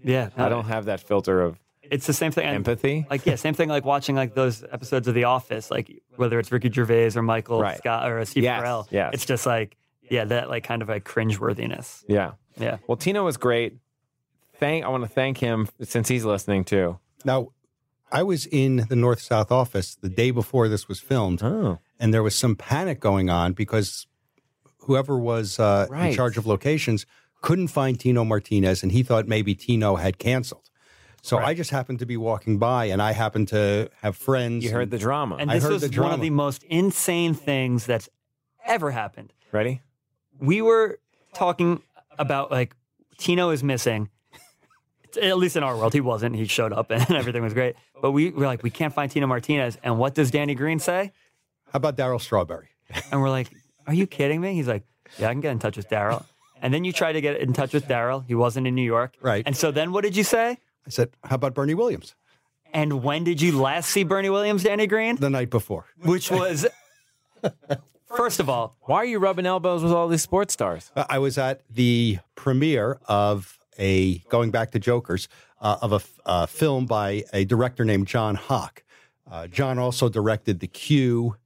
Speaker 3: Yeah,
Speaker 5: I don't have that filter of
Speaker 3: it's the same thing. and,
Speaker 5: empathy.
Speaker 3: Like yeah, same thing. Like watching like those episodes of The Office, like whether it's Ricky Gervais or Michael
Speaker 5: Right.
Speaker 3: Scott or Steve
Speaker 5: Yes,
Speaker 3: Carell.
Speaker 5: yes.
Speaker 3: it's just like yeah, that like kind of like cringeworthiness.
Speaker 5: Yeah,
Speaker 3: yeah.
Speaker 5: Well, Tino was great. Thank I want to thank him since he's listening too.
Speaker 6: Now, I was in the North South office the day before this was filmed,
Speaker 3: Oh.
Speaker 6: and there was some panic going on because whoever was uh,
Speaker 5: Right.
Speaker 6: in charge of locations couldn't find Tino Martinez, and he thought maybe Tino had canceled. So I just happened to be walking by, and I happened to have friends.
Speaker 5: You heard the drama.
Speaker 3: And
Speaker 6: I
Speaker 3: this
Speaker 6: heard
Speaker 3: was
Speaker 6: the drama.
Speaker 3: one of the most insane things that's ever happened.
Speaker 5: Ready?
Speaker 3: We were talking about like Tino is missing. At least in our world, he wasn't. He showed up and everything was great. But we were like, we can't find Tino Martinez. And what does Danny Green say?
Speaker 6: How about Daryl Strawberry?
Speaker 3: And we're like, are you kidding me? He's like, yeah, I can get in touch with Daryl. And then you try to get in touch with Daryl. He wasn't in New York. Right. And so then what did you say?
Speaker 6: I said, how about Bernie Williams?
Speaker 3: And when did you last see Bernie Williams, Danny Green?
Speaker 6: The night before.
Speaker 3: Which was, first of all,
Speaker 5: why are you rubbing elbows with all these sports stars?
Speaker 6: Uh, I was at the premiere of a going back to Joker's uh, of a f- uh, film by a director named John Hawk. Uh, John also directed the Q.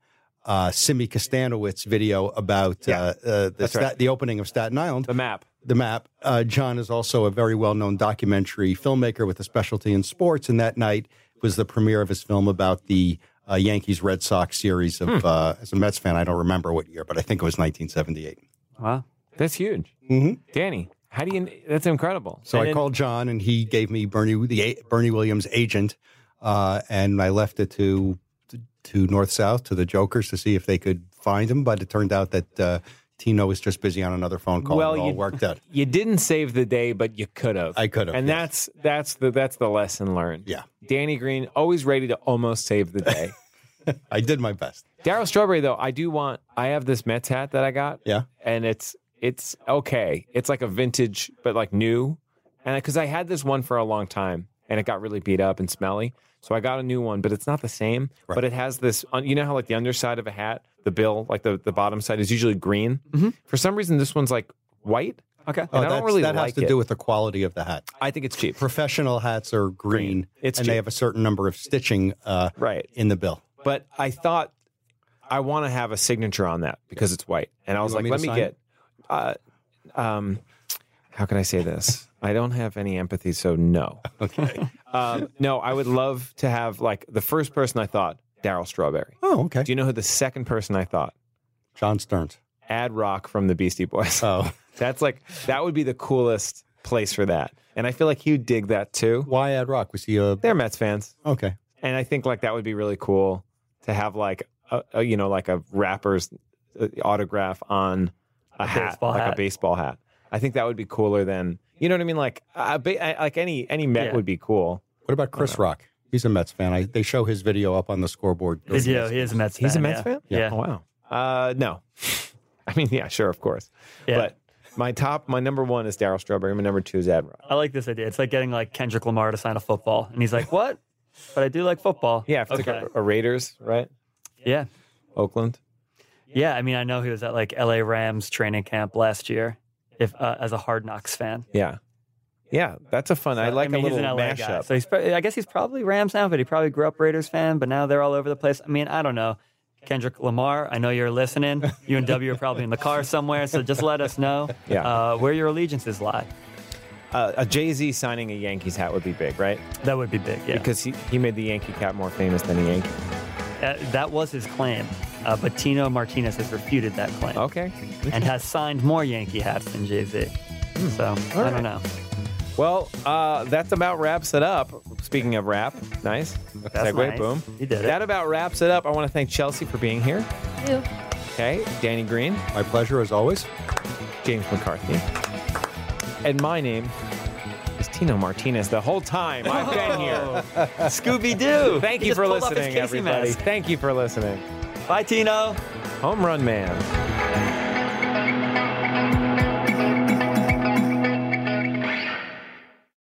Speaker 6: Uh, Simi Kostanowitz video about uh, uh, the,
Speaker 5: that's
Speaker 6: sta-
Speaker 5: right.
Speaker 6: the opening of Staten Island. The
Speaker 5: map.
Speaker 6: The map. Uh, John is also a very well known documentary filmmaker with a specialty in sports. And that night was the premiere of his film about the uh, Yankees Red Sox series of,
Speaker 5: Hmm.
Speaker 6: uh, as a Mets fan, I don't remember what year, but I think it was 1978.
Speaker 3: Wow,
Speaker 5: that's huge,
Speaker 6: mm-hmm.
Speaker 5: Danny. How do you? That's incredible.
Speaker 6: So
Speaker 5: And
Speaker 6: I
Speaker 5: then-
Speaker 6: called John, and he gave me Bernie the a- Bernie Williams agent, uh, and I left it to to North South to the Jokers to see if they could find him. But it turned out that uh, Tino was just busy on another phone call.
Speaker 5: Well,
Speaker 6: and it all
Speaker 5: you-
Speaker 6: worked out.
Speaker 5: You didn't save the day, but you could have. I
Speaker 6: could have,
Speaker 5: And
Speaker 6: yes.
Speaker 5: that's that's the that's the lesson learned.
Speaker 6: Yeah.
Speaker 5: Danny Green always ready to almost save the day.
Speaker 6: I did my best.
Speaker 5: Daryl Strawberry though, I do want I have this Mets hat that I got.
Speaker 6: Yeah.
Speaker 5: And it's it's okay. It's like a vintage but like new. And because I had this one for a long time and it got really beat up and smelly. So I got a new one, but it's not the same. But it has this, un- you know how like the underside of a hat, the bill, like the, the bottom side is usually green. For some reason, this one's like white.
Speaker 3: Okay.
Speaker 5: And I don't
Speaker 6: Mm-hmm. Oh, that's-
Speaker 5: really
Speaker 6: that
Speaker 5: like
Speaker 6: has to
Speaker 5: it.
Speaker 6: do with the quality of the hat.
Speaker 5: I think it's cheap.
Speaker 6: Professional hats are green,
Speaker 5: It's
Speaker 6: and
Speaker 5: cheap.
Speaker 6: they have a certain number of stitching uh,
Speaker 5: right
Speaker 6: in the bill.
Speaker 5: But I thought I want to have a signature on that because it's white, and I was like,
Speaker 6: want me to
Speaker 5: let me
Speaker 6: sign
Speaker 5: get. Uh, um, how can I say this? I don't have any empathy, so no. Okay. Um, no, I would love to have like the first person I thought Daryl Strawberry.
Speaker 6: Oh, okay.
Speaker 5: Do you know who the second person I thought?
Speaker 6: John Stearns.
Speaker 5: Ad Rock from the Beastie Boys.
Speaker 6: Oh,
Speaker 5: that's like that would be the coolest place for that, and I feel like he would dig that too.
Speaker 6: Why Ad Rock? Was he a?
Speaker 5: They're Mets fans,
Speaker 6: Okay.
Speaker 5: and I think like that would be really cool to have like a, a you know like a rapper's uh, autograph on a, hat,
Speaker 3: baseball
Speaker 5: like a
Speaker 3: hat.
Speaker 5: baseball hat. I think that would be cooler than you know what I mean. Like a, ba- I- like any any Met
Speaker 6: Yeah.
Speaker 5: would be cool.
Speaker 6: What about Chris Rock? He's a Mets fan. I, they show his video up on the scoreboard.
Speaker 3: Is- yeah, he is a Mets
Speaker 5: He's a
Speaker 3: fan,
Speaker 5: Mets
Speaker 3: yeah.
Speaker 5: fan.
Speaker 3: Yeah.
Speaker 5: Oh, wow. Uh, no, I mean yeah, sure, of course. But my top, my number one is Daryl Strawberry. My number two is Ad Rock.
Speaker 3: I like this idea. It's like getting like Kendrick Lamar to sign a football, and he's like, "What?" But I do like football.
Speaker 5: Yeah, if it's like a, a Raiders, right?
Speaker 3: Yeah.
Speaker 5: Oakland.
Speaker 3: Yeah, I mean, I know he was at like L.A. Rams training camp last year, if uh, as a Hard Knocks fan.
Speaker 5: Yeah, yeah, that's a fun. I like
Speaker 3: I mean,
Speaker 5: a little
Speaker 3: he's an LA
Speaker 5: mashup.
Speaker 3: Guy, so he's, pro- I guess he's probably Rams now, but he probably grew up Raiders fan. But now they're all over the place. I mean, I don't know. Kendrick Lamar, I know you're listening. You and W are probably in the car somewhere, so just let us know
Speaker 5: Yeah.
Speaker 3: uh, where your allegiances lie.
Speaker 5: Uh, a Jay Z signing a Yankees hat would be big, right?
Speaker 3: That would be big, yeah.
Speaker 5: Because he, he made the Yankee cat more famous than a Yankee.
Speaker 3: Uh, that was his claim, uh, but Tino Martinez has refuted that claim.
Speaker 5: Okay.
Speaker 3: And has signed more Yankee hats than Jay Z. So I
Speaker 5: Hmm. right.
Speaker 3: don't know.
Speaker 5: Well, uh, that's about wraps it up. Speaking of rap, nice.
Speaker 3: That's
Speaker 5: Segue,
Speaker 3: nice.
Speaker 5: boom.
Speaker 3: You did it.
Speaker 5: That about wraps it up. I want to thank Chelsea for being here.
Speaker 11: Ew.
Speaker 5: Okay. Danny Green.
Speaker 6: My pleasure as always.
Speaker 5: James McCarthy. And my name is Tino Martinez. The whole time I've been here.
Speaker 3: Scooby Doo.
Speaker 5: Thank
Speaker 3: Oh. He
Speaker 5: you
Speaker 3: just
Speaker 5: for
Speaker 3: pulled off his
Speaker 5: listening,
Speaker 3: Casey
Speaker 5: everybody.
Speaker 3: mask.
Speaker 5: Thank you for listening.
Speaker 3: Bye, Tino.
Speaker 5: Home run man.